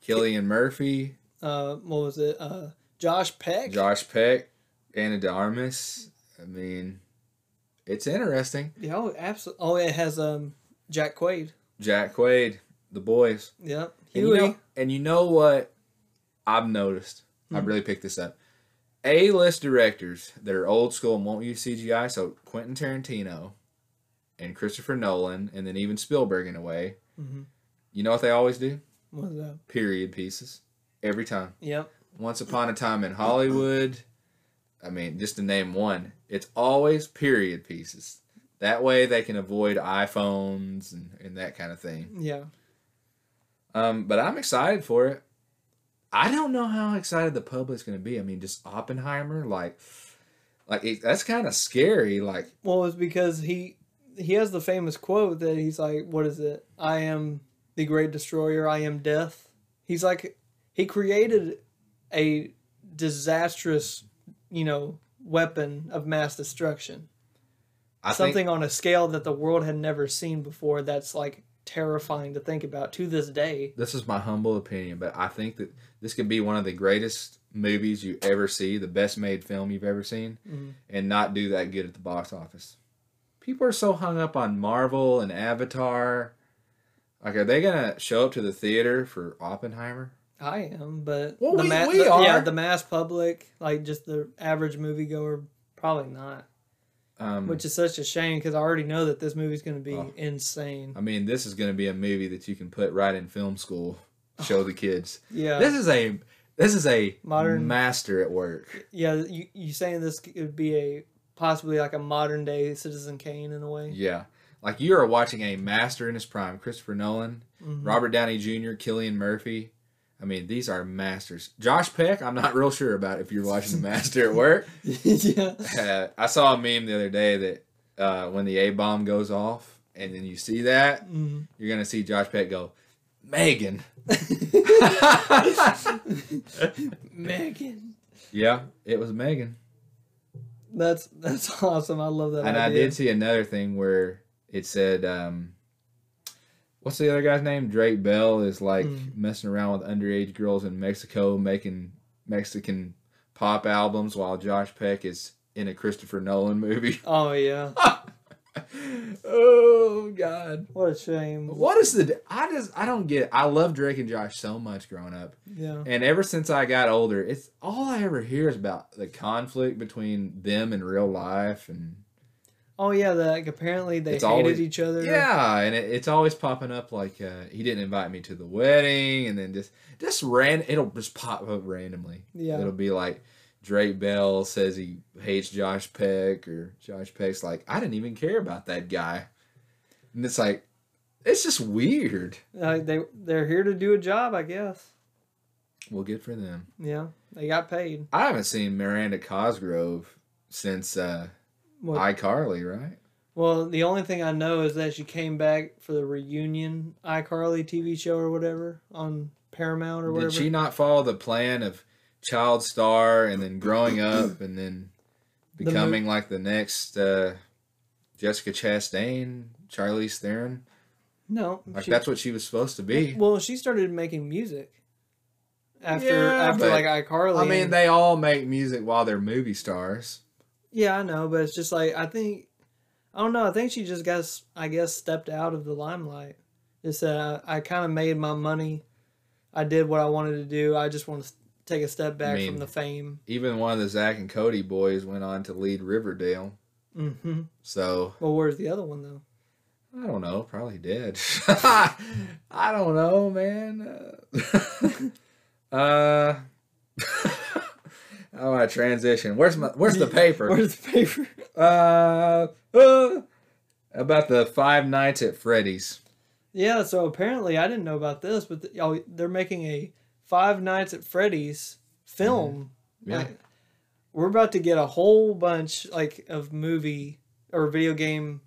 Speaker 1: Killian Murphy,
Speaker 2: uh what was it uh josh peck
Speaker 1: Josh Peck, Anna De Armas. I mean, it's interesting.
Speaker 2: yeah oh, absolutely oh it has um jack quaid
Speaker 1: Jack Quaid, the boys.
Speaker 2: yeah
Speaker 1: And you,
Speaker 2: Huey.
Speaker 1: know, and you know what I've noticed? I've really picked this up. A list directors that are old school and won't use CGI, so Quentin Tarantino and Christopher Nolan, and then even Spielberg in a way.
Speaker 2: Mhm.
Speaker 1: You know what they always do?
Speaker 2: what was that
Speaker 1: Period pieces. Every time.
Speaker 2: yep
Speaker 1: Once Upon a Time in Hollywood, I mean, just to name one, it's always period pieces. That way they can avoid iPhones and, and that kind of thing.
Speaker 2: Yeah.
Speaker 1: Um, but I'm excited for it. I don't know how excited the public's going to be. I mean, just Oppenheimer, like, like it, that's kind of scary. Like,
Speaker 2: Well, it's because he he has the famous quote that he's like, "What is it? I am the great destroyer. I am death." He's like, he created a disastrous, you know, weapon of mass destruction.
Speaker 1: I
Speaker 2: Something
Speaker 1: think
Speaker 2: on a scale that the world had never seen before. That's like terrifying to think about to this day.
Speaker 1: this is my humble opinion, but I think that this could be one of the greatest movies you ever see, the best made film you've ever seen,
Speaker 2: Mhm.
Speaker 1: and not do that good at the box office. People are so hung up on Marvel and Avatar. Like, are they going to show up to the theater for Oppenheimer?
Speaker 2: I am, but
Speaker 1: Well, we- we
Speaker 2: the- yeah,
Speaker 1: are.
Speaker 2: the mass public, like just the average moviegoer, probably not.
Speaker 1: Um,
Speaker 2: Which is such a shame because I already know that this movie's going to be
Speaker 1: Oh.
Speaker 2: insane.
Speaker 1: I mean, this is going to be a movie that you can put right in film school, show the kids.
Speaker 2: Yeah,
Speaker 1: This is a this is a
Speaker 2: Modern-
Speaker 1: master at work.
Speaker 2: yeah. You you saying this could be a possibly like a modern day Citizen Kane in a way?
Speaker 1: Yeah. Like you are watching a master in his prime, Christopher Nolan,
Speaker 2: Mhm.
Speaker 1: Robert Downey Jr., Killian Murphy. I mean, these are masters. Josh Peck, I'm not real sure about if you're watching the master at work.
Speaker 2: yeah,
Speaker 1: Uh, I saw a meme the other day that uh, when the A bomb goes off and then you see that,
Speaker 2: Mhm.
Speaker 1: you're going to see Josh Peck go, Megan.
Speaker 2: Mm-hmm. Megan.
Speaker 1: yeah, it was Megan.
Speaker 2: That's that's awesome. I love that.
Speaker 1: and
Speaker 2: idea.
Speaker 1: I did see another thing where it said, um, "What's the other guy's name?" Drake Bell is like
Speaker 2: Mm.
Speaker 1: messing around with underage girls in Mexico, making Mexican pop albums, while Josh Peck is in a Christopher Nolan movie.
Speaker 2: Oh yeah,
Speaker 1: oh God!
Speaker 2: what a shame.
Speaker 1: What is the? I just I don't get. It. I love Drake and Josh so much growing up,
Speaker 2: Yeah,
Speaker 1: and ever since I got older, it's all I ever hear is about the conflict between them in real life and.
Speaker 2: oh yeah. That like, apparently they
Speaker 1: It's
Speaker 2: hated
Speaker 1: always-
Speaker 2: each other.
Speaker 1: Yeah, and it, it's always popping up like uh, he didn't invite me to the wedding, and then just just ran. It'll just pop up randomly.
Speaker 2: Yeah.
Speaker 1: it'll be like Drake Bell says he hates Josh Peck, or Josh Peck's like I didn't even care about that guy, and it's like it's just weird.
Speaker 2: Like, they they're here to do a job, I guess.
Speaker 1: Well, good for them.
Speaker 2: Yeah, they got paid.
Speaker 1: I haven't seen Miranda Cosgrove since uh,
Speaker 2: What
Speaker 1: iCarly, right?
Speaker 2: Well, the only thing I know is that she came back for the reunion iCarly TV show or whatever on Paramount or whatever.
Speaker 1: Did she not follow the plan of child star and then growing up and then
Speaker 2: The mo-
Speaker 1: becoming like the next uh, Jessica Chastain, Charlize Theron?
Speaker 2: no,
Speaker 1: Like
Speaker 2: she,
Speaker 1: that's what she was supposed to be.
Speaker 2: well, she started making music after
Speaker 1: Yeah,
Speaker 2: after
Speaker 1: but-
Speaker 2: like iCarly.
Speaker 1: I mean,
Speaker 2: and-
Speaker 1: they all make music while they're movie stars.
Speaker 2: yeah, I know, but it's just like I think I don't know. I think she just got s- I guess stepped out of the limelight. Just said I, I kind of made my money. I did what I wanted to do. I just want to take a step back
Speaker 1: mean-
Speaker 2: from the fame.
Speaker 1: Even one of the Zach and Cody boys went on to lead Riverdale.
Speaker 2: hmm
Speaker 1: So
Speaker 2: Well, where's the other one though?
Speaker 1: I don't know, probably dead. I don't know, man. Uh, uh oh, I want to transition. Where's my Where's the paper?
Speaker 2: Where's the paper?
Speaker 1: Uh, uh, about the Five Nights at Freddy's.
Speaker 2: Yeah, so apparently I didn't know about this, but th- y'all, they're making a Five Nights at Freddy's film.
Speaker 1: Mm-hmm. Yeah.
Speaker 2: Like, we're about to get a whole bunch like of movie or video game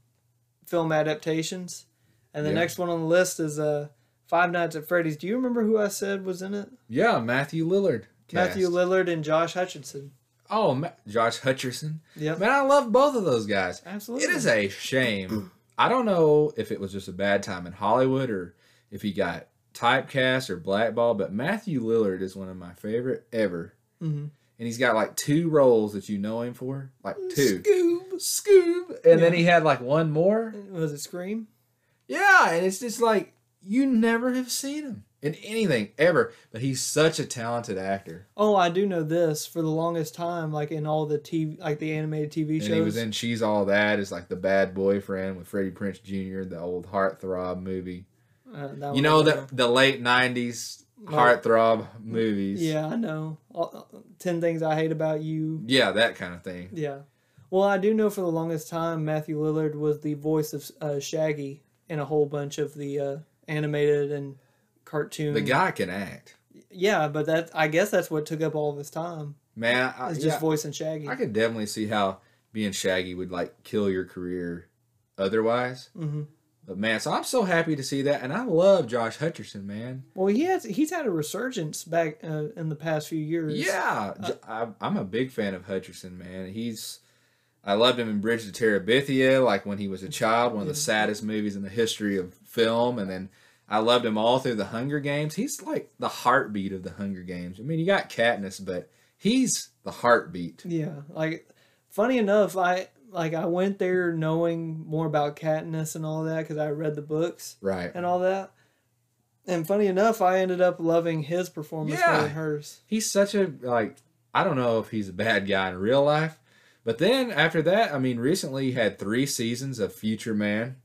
Speaker 2: film adaptations, and the
Speaker 1: Yeah.
Speaker 2: next one on the list is uh, Five Nights at Freddy's. Do you remember who I said was in it?
Speaker 1: Yeah, Matthew Lillard. cast.
Speaker 2: Matthew Lillard and Josh Hutcherson.
Speaker 1: Oh, Ma- Josh Hutcherson.
Speaker 2: Yep,
Speaker 1: Man, I love both of those guys.
Speaker 2: absolutely.
Speaker 1: It is a shame. I don't know if it was just a bad time in Hollywood or if he got typecast or blackballed, but Matthew Lillard is one of my favorite ever.
Speaker 2: hmm
Speaker 1: And he's got like two roles that you know him for, like two.
Speaker 2: Scoob.
Speaker 1: Scoob. And then
Speaker 2: Yeah.
Speaker 1: he had like one more.
Speaker 2: Was it Scream?
Speaker 1: Yeah, and it's just like you never have seen him in anything ever, but he's such a talented actor.
Speaker 2: Oh, I do know this. For the longest time, like in all the TV, like the animated TV
Speaker 1: And
Speaker 2: shows,
Speaker 1: he was in She's All That as like the bad boyfriend with Freddie Prince Jr., the old heartthrob movie.
Speaker 2: Uh, that
Speaker 1: You
Speaker 2: one
Speaker 1: know
Speaker 2: was
Speaker 1: the the late nineties heartthrob movies.
Speaker 2: Yeah, I know. All- Ten things I hate about you.
Speaker 1: Yeah, that kind of thing.
Speaker 2: Yeah. Well, I do know for the longest time Matthew Lillard was the voice of uh, Shaggy in a whole bunch of the uh, animated and cartoon.
Speaker 1: The guy can act.
Speaker 2: Yeah, but that I guess that's what took up all of his time.
Speaker 1: Man, I,
Speaker 2: It's
Speaker 1: Uh, yeah,
Speaker 2: just voicing Shaggy.
Speaker 1: I could definitely see how being Shaggy would like kill your career otherwise.
Speaker 2: Mhm.
Speaker 1: But man, so I'm so happy to see that, and I love Josh Hutcherson, man.
Speaker 2: Well, he has he's had a resurgence back uh, in the past few years.
Speaker 1: Yeah, J- I- I'm a big fan of Hutcherson, man. He's I loved him in Bridge to Terabithia, like when he was a child, one of the saddest movies in the history of film, and then I loved him all through the Hunger Games. He's like the heartbeat of the Hunger Games. I mean, you got Katniss, but he's the heartbeat.
Speaker 2: Yeah, like funny enough, I like I went there knowing more about Katniss and all that because I read the books
Speaker 1: Right.
Speaker 2: and all that. And funny enough, I ended up loving his performance
Speaker 1: Yeah.
Speaker 2: more than hers.
Speaker 1: he's such a like I don't know if he's a bad guy in real life, but then after that, I mean, recently he had three seasons of Future Man,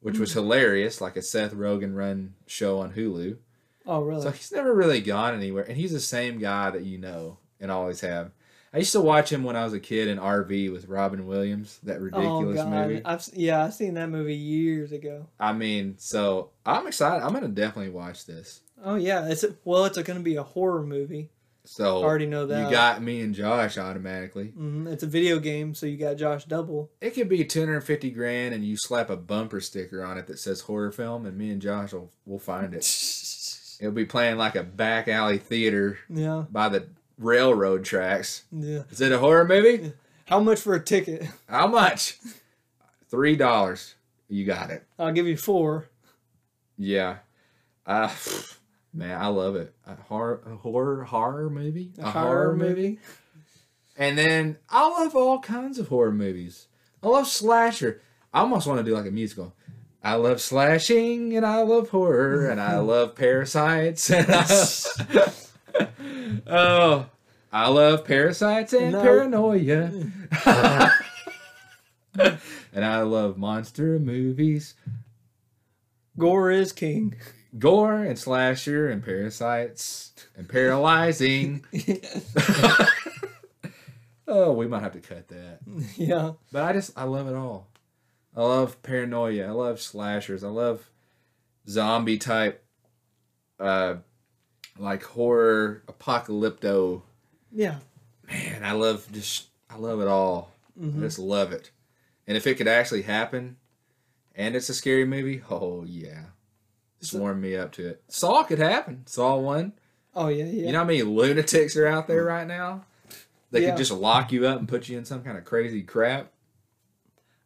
Speaker 1: which
Speaker 2: Mm.
Speaker 1: was hilarious, like a Seth Rogen run show on Hulu.
Speaker 2: Oh, really?
Speaker 1: So he's never really gone anywhere, and he's the same guy that you know and always have. I used to watch him when I was a kid in RV with Robin Williams, that
Speaker 2: oh
Speaker 1: ridiculous
Speaker 2: God,
Speaker 1: movie.
Speaker 2: I've s- yeah, I've seen that movie years ago.
Speaker 1: I mean, so I'm excited. I'm gonna definitely watch this.
Speaker 2: Oh yeah, it's a, well, it's going to be a horror movie.
Speaker 1: So
Speaker 2: Already know that.
Speaker 1: Oh, you got me and Josh automatically.
Speaker 2: Mhm, It's a video game, so you got Josh Double.
Speaker 1: It could be 250 grand and you slap a bumper sticker on it that says horror film and me and Josh will, will find it. It'll be playing like a back alley theater
Speaker 2: Yeah,
Speaker 1: by the railroad tracks.
Speaker 2: yeah.
Speaker 1: Is it a horror movie?
Speaker 2: How much for a ticket?
Speaker 1: How much? Three dollars. You got it.
Speaker 2: I'll give you four.
Speaker 1: Yeah. Uh, man, I love it. A horror, a horror, horror movie?
Speaker 2: A horror movie?
Speaker 1: And then I love all kinds of horror movies. I love slasher. I almost want to do like a musical. I love slashing and I love horror and I love parasites. and I- oh, I love parasites and
Speaker 2: No.
Speaker 1: paranoia. and I love monster movies,
Speaker 2: Gore is king.
Speaker 1: gore and slasher and parasites and paralyzing. oh, we might have to cut that.
Speaker 2: yeah.
Speaker 1: But I just I love it all. I love paranoia. I love slashers. I love zombie type uh like horror apocalypto.
Speaker 2: Yeah.
Speaker 1: Man, I love just I love it all.
Speaker 2: Mm-hmm.
Speaker 1: I just love it. And if it could actually happen and it's a scary movie, oh yeah. Just warm me up to it. Saw could happen. Saw one.
Speaker 2: Oh yeah, yeah.
Speaker 1: You know how many lunatics are out there right now? They
Speaker 2: Yeah.
Speaker 1: could just lock you up and put you in some kind of crazy crap.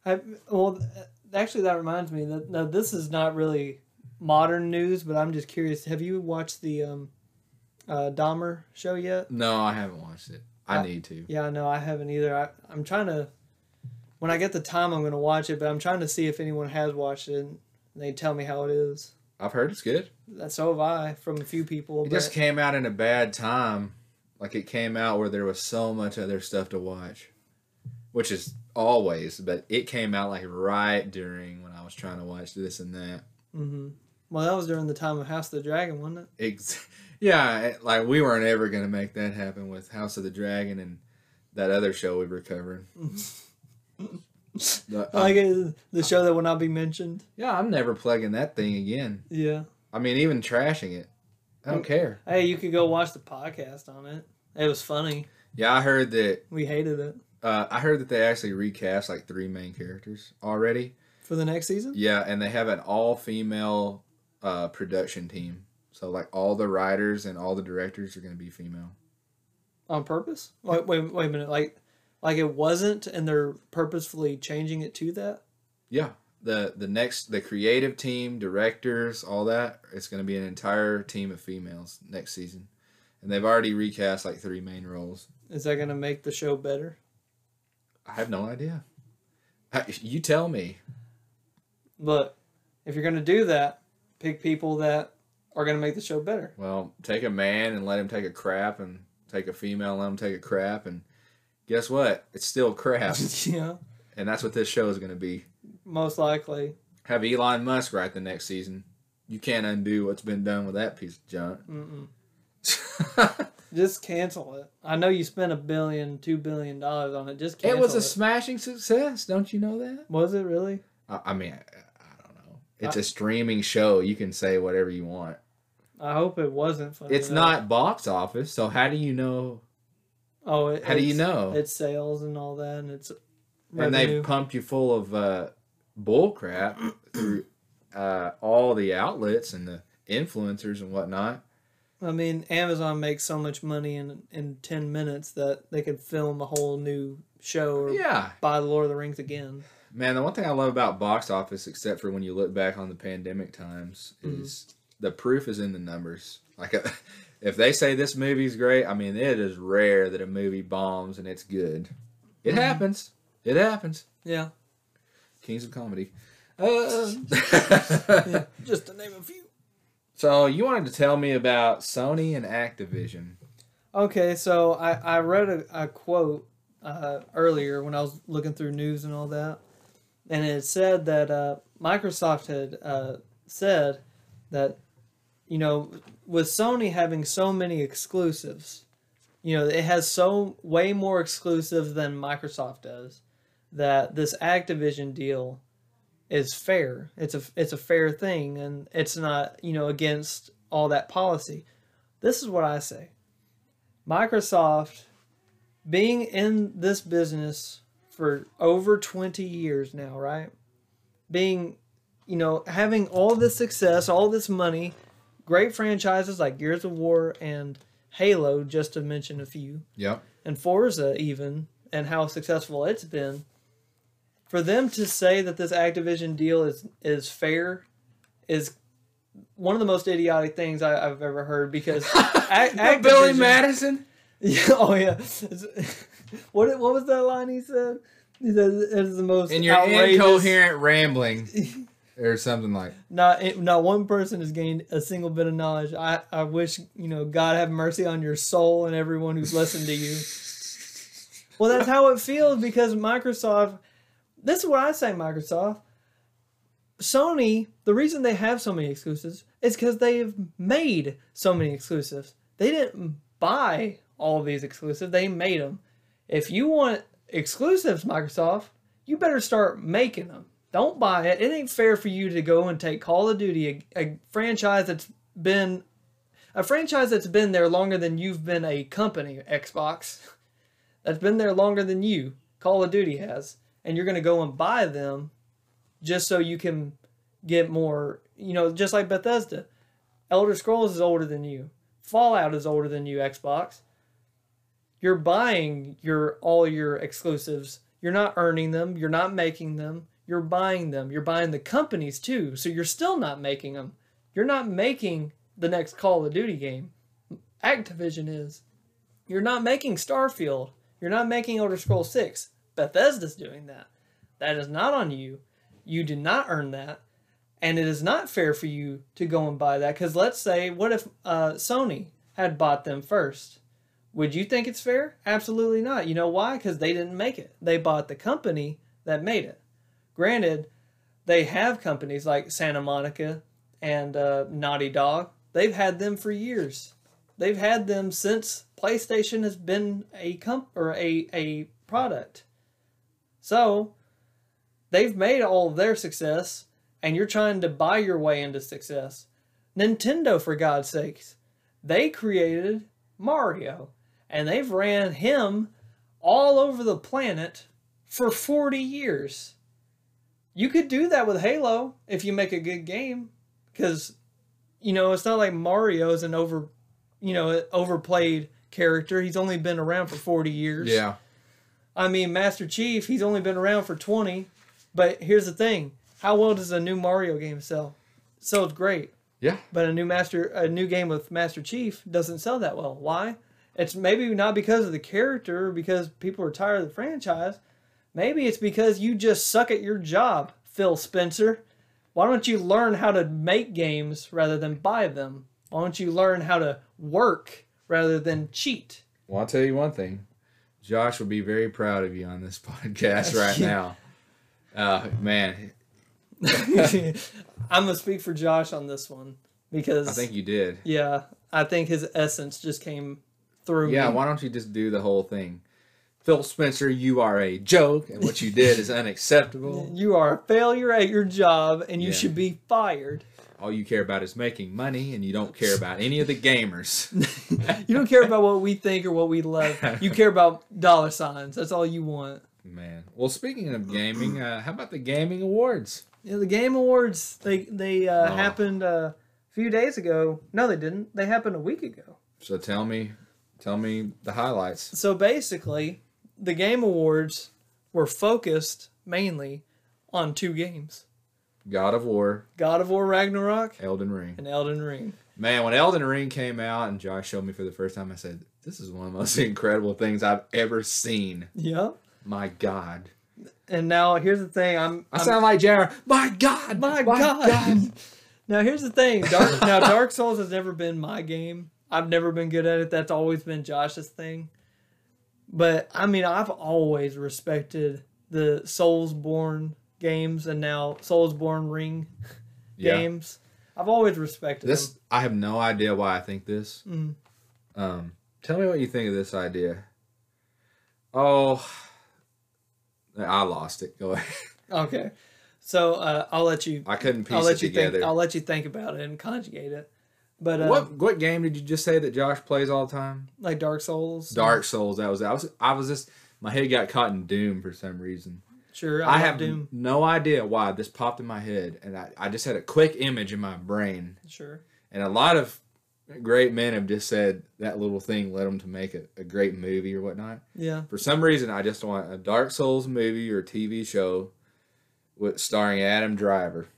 Speaker 2: I, well, th- actually, that reminds me that now this is not really modern news, but I'm just curious. Have you watched the um, uh, Dahmer show yet?
Speaker 1: No, I haven't watched it. I
Speaker 2: I-
Speaker 1: need to.
Speaker 2: Yeah, no, I haven't either. I, I'm trying to. When I get the time, I'm going to watch it, but I'm trying to see if anyone has watched it. and They tell me how it is.
Speaker 1: I've heard it's good.
Speaker 2: That so have I from a few people.
Speaker 1: It
Speaker 2: But,
Speaker 1: just came out in a bad time. Like it came out where there was so much other stuff to watch, which is always, but it came out like right during when I was trying to watch this and that.
Speaker 2: Mhm. Well, that was during the time of House of the Dragon, wasn't it?
Speaker 1: Ex- yeah, it- like we weren't ever going to make that happen with House of the Dragon and that other show we were covering. The-
Speaker 2: Like uh, the show that will not be mentioned.
Speaker 1: yeah, I'm never plugging that thing again.
Speaker 2: Yeah.
Speaker 1: I mean, even trashing it. I don't care.
Speaker 2: Hey, you could go watch the podcast on it. It was funny.
Speaker 1: Yeah, I heard that
Speaker 2: We hated it.
Speaker 1: Uh, I heard that they actually recast like three main characters already.
Speaker 2: For the next season?
Speaker 1: Yeah, and they have an all female uh, production team. So like all the writers and all the directors are going to be female.
Speaker 2: On purpose? Wait, wait, wait a minute. Like, like it wasn't, and they're purposefully changing it to that.
Speaker 1: Yeah. The the next the creative team, directors, all that, it's going to be an entire team of females next season. And they've already recast like three main roles.
Speaker 2: Is that gonna make the show better?
Speaker 1: I have no idea. I- You tell me.
Speaker 2: Look, if you're gonna do that, pick people that are gonna make the show better.
Speaker 1: Well, take a man and let him take a crap, and take a female and let him take a crap, and guess what? It's still crap,
Speaker 2: you know,
Speaker 1: and that's what this show is going to be.
Speaker 2: most likely.
Speaker 1: Have Elon Musk write the next season. you can't undo what's been done with that piece of junk.
Speaker 2: Mm-mm. Just cancel it. I know you spent a billion, two billion dollars on it. Just
Speaker 1: it
Speaker 2: cancel
Speaker 1: was a smashing success. Don't you know that?
Speaker 2: was it really?
Speaker 1: I, I mean, I, I don't know. It's a streaming show. You can say whatever you want.
Speaker 2: I hope it wasn't. funny
Speaker 1: It's
Speaker 2: enough.
Speaker 1: not box office, so how do you know?
Speaker 2: Oh, it,
Speaker 1: How do you
Speaker 2: it's-
Speaker 1: know?
Speaker 2: It's sales and all that, and it's
Speaker 1: and they
Speaker 2: revenue.
Speaker 1: pump you full of uh, bull crap through uh, all the outlets and the influencers and whatnot.
Speaker 2: I mean, Amazon makes so much money in in ten minutes that they could film a whole new show or
Speaker 1: Yeah,
Speaker 2: buy the Lord of the Rings again.
Speaker 1: man. The one thing I love about box office, except for when you look back on the pandemic times, is the proof is in the numbers. Like, if they say this movie's great, I mean, it is rare that a movie bombs and it's good. It happens. It happens.
Speaker 2: Yeah,
Speaker 1: Kings of comedy. Uh,
Speaker 2: just to name a few.
Speaker 1: so you wanted to tell me about Sony and Activision.
Speaker 2: Okay, so I, I read a, a quote uh, earlier when I was looking through news and all that, and it said that uh, Microsoft had uh, said that, you know, with Sony having so many exclusives, you know, it has so way more exclusives than Microsoft does, that this Activision deal is fair. It's a it's a fair thing, and it's not you know against all that policy. This is what I say. Microsoft being in this business for over 20 years now, right? Being, you know, having all this success, all this money, great franchises like Gears of War and Halo, just to mention a few,
Speaker 1: Yep.
Speaker 2: and Forza even, and how successful it's been. For them to say that this Activision deal is is fair is one of the most idiotic things I, I've ever heard because Ac-
Speaker 1: Billy
Speaker 2: Activision-
Speaker 1: Madison.
Speaker 2: yeah, oh yeah. It's- what what was that line he said? He said it is the most
Speaker 1: In your
Speaker 2: outrageous.
Speaker 1: incoherent rambling, or something like.
Speaker 2: Not it- not one person has gained a single bit of knowledge. I I wish you know God have mercy on your soul and everyone who's listened to you. Well, that's how it feels because Microsoft. This is what I say, Microsoft. Sony, the reason they have so many exclusives is because they've made so many exclusives. They didn't buy all these exclusives, they made them. If you want exclusives, Microsoft, you better start making them. Don't buy it. It ain't fair for you to go and take Call of Duty, a, a franchise that's been a franchise that's been there longer than you've been a company, Xbox. That's been there longer than you, Call of Duty has, and you're going to go and buy them just so you can get more, you know, just like Bethesda. Elder Scrolls is older than you. Fallout is older than you, Xbox. You're buying your all your exclusives. You're not earning them, you're not making them. You're buying them. You're buying the companies too, so you're still not making them. You're not making the next Call of Duty game. Activision is. You're not making Starfield. You're not making Elder Scrolls 6. Bethesda's doing that. That is not on you. You did not earn that. And it is not fair for you to go and buy that. Because let's say, what if uh, Sony had bought them first? Would you think it's fair? Absolutely not. You know why? Because they didn't make it. They bought the company that made it. Granted, they have companies like Santa Monica and uh, Naughty Dog. They've had them for years. They've had them since PlayStation has been a comp or a, a product. So they've made all of their success, and you're trying to buy your way into success. Nintendo, for God's sakes, they created Mario, and they've ran him all over the planet for 40 years. You could do that with Halo if you make a good game, because you know it's not like Mario is an over, you know, overplayed character. He's only been around for 40 years.
Speaker 1: Yeah.
Speaker 2: I mean, Master Chief, he's only been around for 20. But here's the thing how well does a new Mario game sell? Sells great.
Speaker 1: Yeah.
Speaker 2: But a new master, a new game with Master Chief doesn't sell that well. Why? It's maybe not because of the character, or because people are tired of the franchise. Maybe it's because you just suck at your job, Phil Spencer. Why don't you learn how to make games rather than buy them? Why don't you learn how to work rather than cheat?
Speaker 1: Well, I'll tell you one thing. Josh would be very proud of you on this podcast right now. Uh, man,
Speaker 2: I'm gonna speak for Josh on this one because
Speaker 1: I think you did.
Speaker 2: yeah, I think his essence just came through.
Speaker 1: Yeah,
Speaker 2: me.
Speaker 1: why don't you just do the whole thing? Phil Spencer, you are a joke, and what you did is unacceptable.
Speaker 2: you are a failure at your job and you
Speaker 1: Yeah.
Speaker 2: should be fired.
Speaker 1: All you care about is making money, and you don't care about any of the gamers.
Speaker 2: You don't care about what we think or what we love. You care about dollar signs. That's all you want.
Speaker 1: Man. Well, speaking of gaming, uh, how about the gaming awards?
Speaker 2: Yeah, the Game Awards they they uh,
Speaker 1: Oh.
Speaker 2: happened uh, a few days ago. No, they didn't. They happened a week ago.
Speaker 1: So tell me, tell me the highlights.
Speaker 2: So basically, the Game Awards were focused mainly on two games:
Speaker 1: God of War,
Speaker 2: God of War Ragnarok
Speaker 1: Elden Ring.
Speaker 2: and Elden Ring.
Speaker 1: Man, when Elden Ring came out and Josh showed me for the first time, I said, "This is one of the most incredible things I've ever seen."
Speaker 2: Yep.
Speaker 1: My God.
Speaker 2: And now here's the thing. I'm.
Speaker 1: I
Speaker 2: I'm-
Speaker 1: sound like Jared. My God,
Speaker 2: my God. now here's the thing. Dark, now Dark Souls has never been my game. I've never been good at it. That's always been Josh's thing. But I mean, I've always respected the Soulsborne games and now Soulsborne Ring
Speaker 1: Yeah.
Speaker 2: games. I've always respected
Speaker 1: This
Speaker 2: them.
Speaker 1: I have no idea why I think this.
Speaker 2: Mm.
Speaker 1: Um, tell me what you think of this idea. Oh, I lost it. Go ahead.
Speaker 2: Mm-hmm. Okay, so uh, I'll let you.
Speaker 1: I couldn't piece
Speaker 2: I'll
Speaker 1: it
Speaker 2: let you
Speaker 1: together.
Speaker 2: think. I'll let you think about it and conjugate it. But uh,
Speaker 1: what what game did you just say that Josh plays all the time?
Speaker 2: like Dark Souls,
Speaker 1: Dark Souls. That was I was I was just my head got caught in Doom for some reason.
Speaker 2: Sure,
Speaker 1: I
Speaker 2: love
Speaker 1: have no idea why this popped in my head, and I, I just had a quick image in my brain
Speaker 2: Sure,
Speaker 1: And a lot of great men have just said that little thing led them to make a, a great movie or whatnot.
Speaker 2: yeah,
Speaker 1: For some reason, I just want a Dark Souls movie or TV show with starring Adam Driver.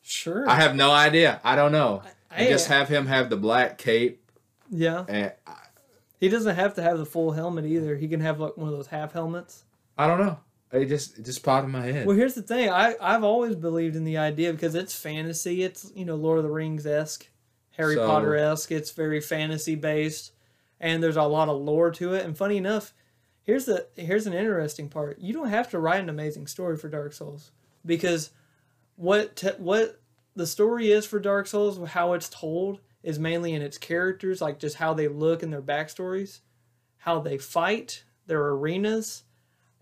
Speaker 2: sure.
Speaker 1: I have no idea. I don't know.
Speaker 2: I-
Speaker 1: I, just have him have the black cape
Speaker 2: yeah,
Speaker 1: and I,
Speaker 2: he doesn't have to have the full helmet either. He can have like one of those half helmets.
Speaker 1: I don't know. It just it just popped in my head.
Speaker 2: Well, here's the thing. I I've always believed in the idea because it's fantasy. It's you know Lord of the Rings esque, Harry
Speaker 1: So-
Speaker 2: Potter esque. It's very fantasy based, and there's a lot of lore to it. And funny enough, here's the here's an interesting part. You don't have to write an amazing story for Dark Souls because what te- what the story is for Dark Souls, how it's told, is mainly in its characters, like just how they look and their backstories, how they fight, their arenas,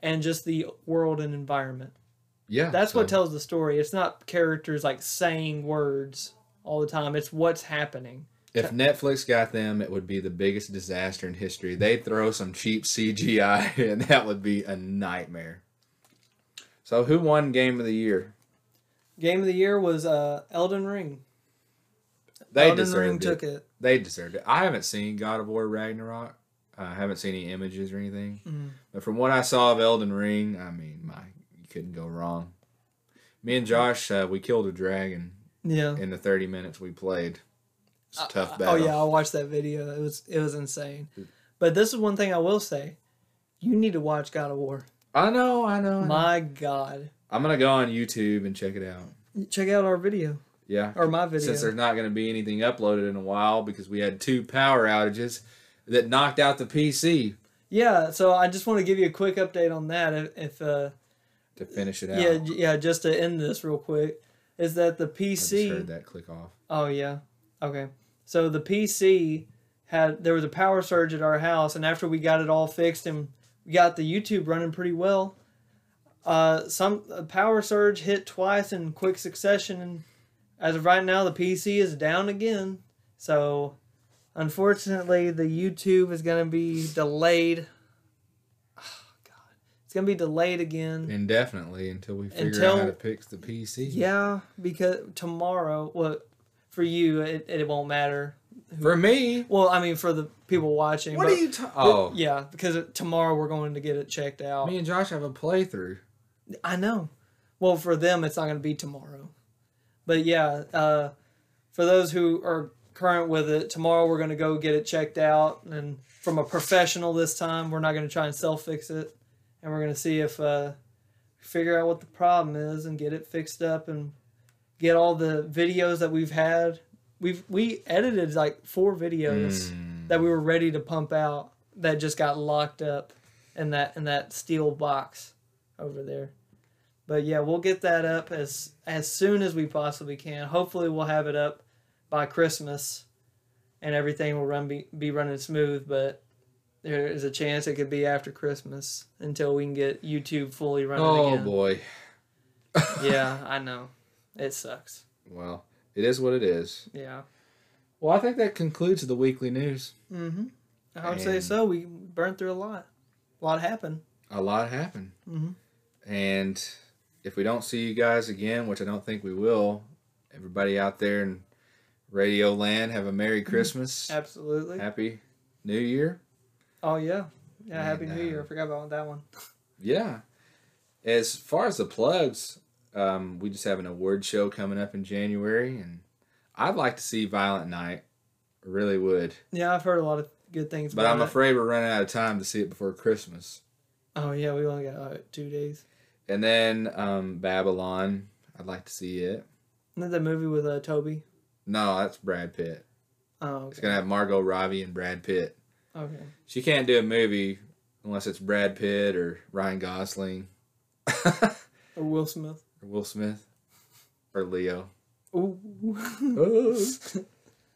Speaker 2: and just the world and environment.
Speaker 1: yeah,
Speaker 2: That's what
Speaker 1: so-
Speaker 2: tells the story. It's not characters like saying words all the time. It's what's happening.
Speaker 1: if Netflix got them, it would be the biggest disaster in history. They throw some cheap CGI, and that would be a nightmare. So, who won Game of the Year?
Speaker 2: Game of the year was uh, Elden Ring.
Speaker 1: They
Speaker 2: Elden
Speaker 1: deserved
Speaker 2: Ring
Speaker 1: it.
Speaker 2: took it.
Speaker 1: They deserved it. I haven't seen God of War Ragnarok. I haven't seen any images or anything.
Speaker 2: Mm.
Speaker 1: But from what I saw of Elden Ring, I mean, my you couldn't go wrong. Me and Josh, uh, we killed a dragon
Speaker 2: Yeah.
Speaker 1: in the 30 minutes we played. It's a tough
Speaker 2: Oh
Speaker 1: battle.
Speaker 2: yeah, I watched that video. It was it was insane. But this is one thing I will say. You need to watch God of War.
Speaker 1: I know, I know. I know.
Speaker 2: My God.
Speaker 1: I'm going to go on YouTube and check it out.
Speaker 2: Check out our video
Speaker 1: Yeah.
Speaker 2: or my video.
Speaker 1: Since there's not going to be anything uploaded in a while because we had two power outages that knocked out the PC
Speaker 2: Yeah, so I just want to give you a quick update on that. If, if uh,
Speaker 1: to finish it out.
Speaker 2: yeah, j- yeah, just to end this real quick, is that the
Speaker 1: I just
Speaker 2: PC?
Speaker 1: heard that click off.
Speaker 2: Oh yeah. Okay. So the PC had there was a power surge at our house, and after we got it all fixed and we got the YouTube running pretty well, uh, some a power surge hit twice in quick succession, and as of right now, the PC is down again. So unfortunately, the YouTube is gonna be delayed. Ah, God, it's gonna be delayed again.
Speaker 1: indefinitely until we figure out how
Speaker 2: Until-
Speaker 1: to fix the PC.
Speaker 2: Yeah, because tomorrow, well, for you, it, it won't matter
Speaker 1: For me,
Speaker 2: Well, I mean, for the people watching.
Speaker 1: what
Speaker 2: but,
Speaker 1: are you? Ta- oh,
Speaker 2: Yeah, because tomorrow we're going to get it checked out.
Speaker 1: me and Josh have a playthrough.
Speaker 2: I know. Well, for them, it's not going to be tomorrow. But yeah, uh, for those who are current with it, tomorrow we're going to go get it checked out. And from a professional this time, we're not going to try and self fix it. And we're going to see if, uh, figure out what the problem is and get it fixed up and get all the videos that we've had. We've, we edited like four videos
Speaker 1: Hmm.
Speaker 2: that we were ready to pump out that just got locked up in that in that steel box over there. But yeah, we'll get that up as as soon as we possibly can. Hopefully, we'll have it up by Christmas, and everything will run be, be running smooth. But there is a chance it could be after Christmas until we can get YouTube fully running
Speaker 1: oh
Speaker 2: again.
Speaker 1: boy.
Speaker 2: Yeah, I know. It sucks.
Speaker 1: Well, it is what it is.
Speaker 2: Yeah.
Speaker 1: Well, I think that concludes the weekly news.
Speaker 2: Mm-hmm. I would say
Speaker 1: And-
Speaker 2: so. We burned through a lot. A lot happened.
Speaker 1: A lot happened.
Speaker 2: Mhm.
Speaker 1: And if we don't see you guys again, which I don't think we will, everybody out there in Radio Land, have a Merry Christmas.
Speaker 2: Absolutely.
Speaker 1: Happy New Year.
Speaker 2: Oh yeah. Yeah. Happy
Speaker 1: And,
Speaker 2: New
Speaker 1: uh,
Speaker 2: Year. I forgot about that one.
Speaker 1: Yeah. As far as the plugs, um, we just have an award show coming up in January, and I'd like to see Violent Night. I Really would,
Speaker 2: Yeah, I've heard a lot of good things.
Speaker 1: but
Speaker 2: about
Speaker 1: I'm
Speaker 2: it.
Speaker 1: afraid we're running out of time to see it before Christmas.
Speaker 2: Oh yeah, we only got uh, two days.
Speaker 1: And then um, Babylon, I'd like to see it.
Speaker 2: Isn't that the movie with uh, Toby?
Speaker 1: No, that's Brad Pitt.
Speaker 2: Oh,
Speaker 1: It's
Speaker 2: okay.
Speaker 1: gonna have Margot Robbie and Brad Pitt.
Speaker 2: okay.
Speaker 1: She can't do a movie unless it's Brad Pitt or Ryan Gosling or
Speaker 2: Or Will Smith.
Speaker 1: Will Smith or Leo.
Speaker 2: Ooh. Uh.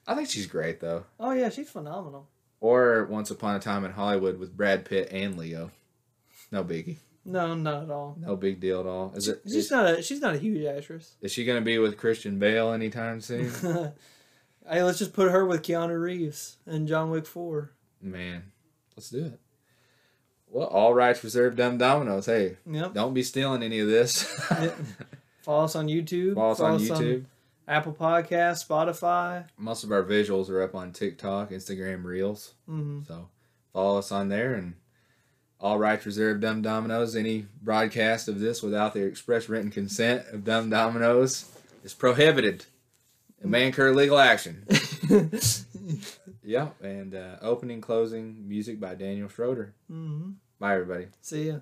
Speaker 1: I think she's great though.
Speaker 2: oh yeah, she's phenomenal.
Speaker 1: Or Once Upon a Time in Hollywood with Brad Pitt and Leo. No biggie.
Speaker 2: No, not at all.
Speaker 1: No big deal at all. Is it?
Speaker 2: She's
Speaker 1: Is,
Speaker 2: not a she's not a huge actress.
Speaker 1: is she gonna be with Christian Bale anytime soon?
Speaker 2: hey, let's just put her with Keanu Reeves and John Wick Four.
Speaker 1: Man, let's do it. Well, all rights reserved. Dumb Dominoes. Hey,
Speaker 2: Yep.
Speaker 1: don't be stealing any of this.
Speaker 2: Yeah. Follow us on YouTube.
Speaker 1: Follow us on
Speaker 2: follow us
Speaker 1: YouTube.
Speaker 2: Apple Podcast, Spotify.
Speaker 1: Most of our visuals are up on TikTok, Instagram Reels.
Speaker 2: hmm
Speaker 1: So follow us on there and all rights reserved. Dumb Dominoes. Any broadcast of this without the express written consent of Dumb Dominoes is prohibited. It may incur legal action. Yep. And uh, opening, closing music by Daniel Schroeder.
Speaker 2: hmm
Speaker 1: Bye, everybody.
Speaker 2: See ya.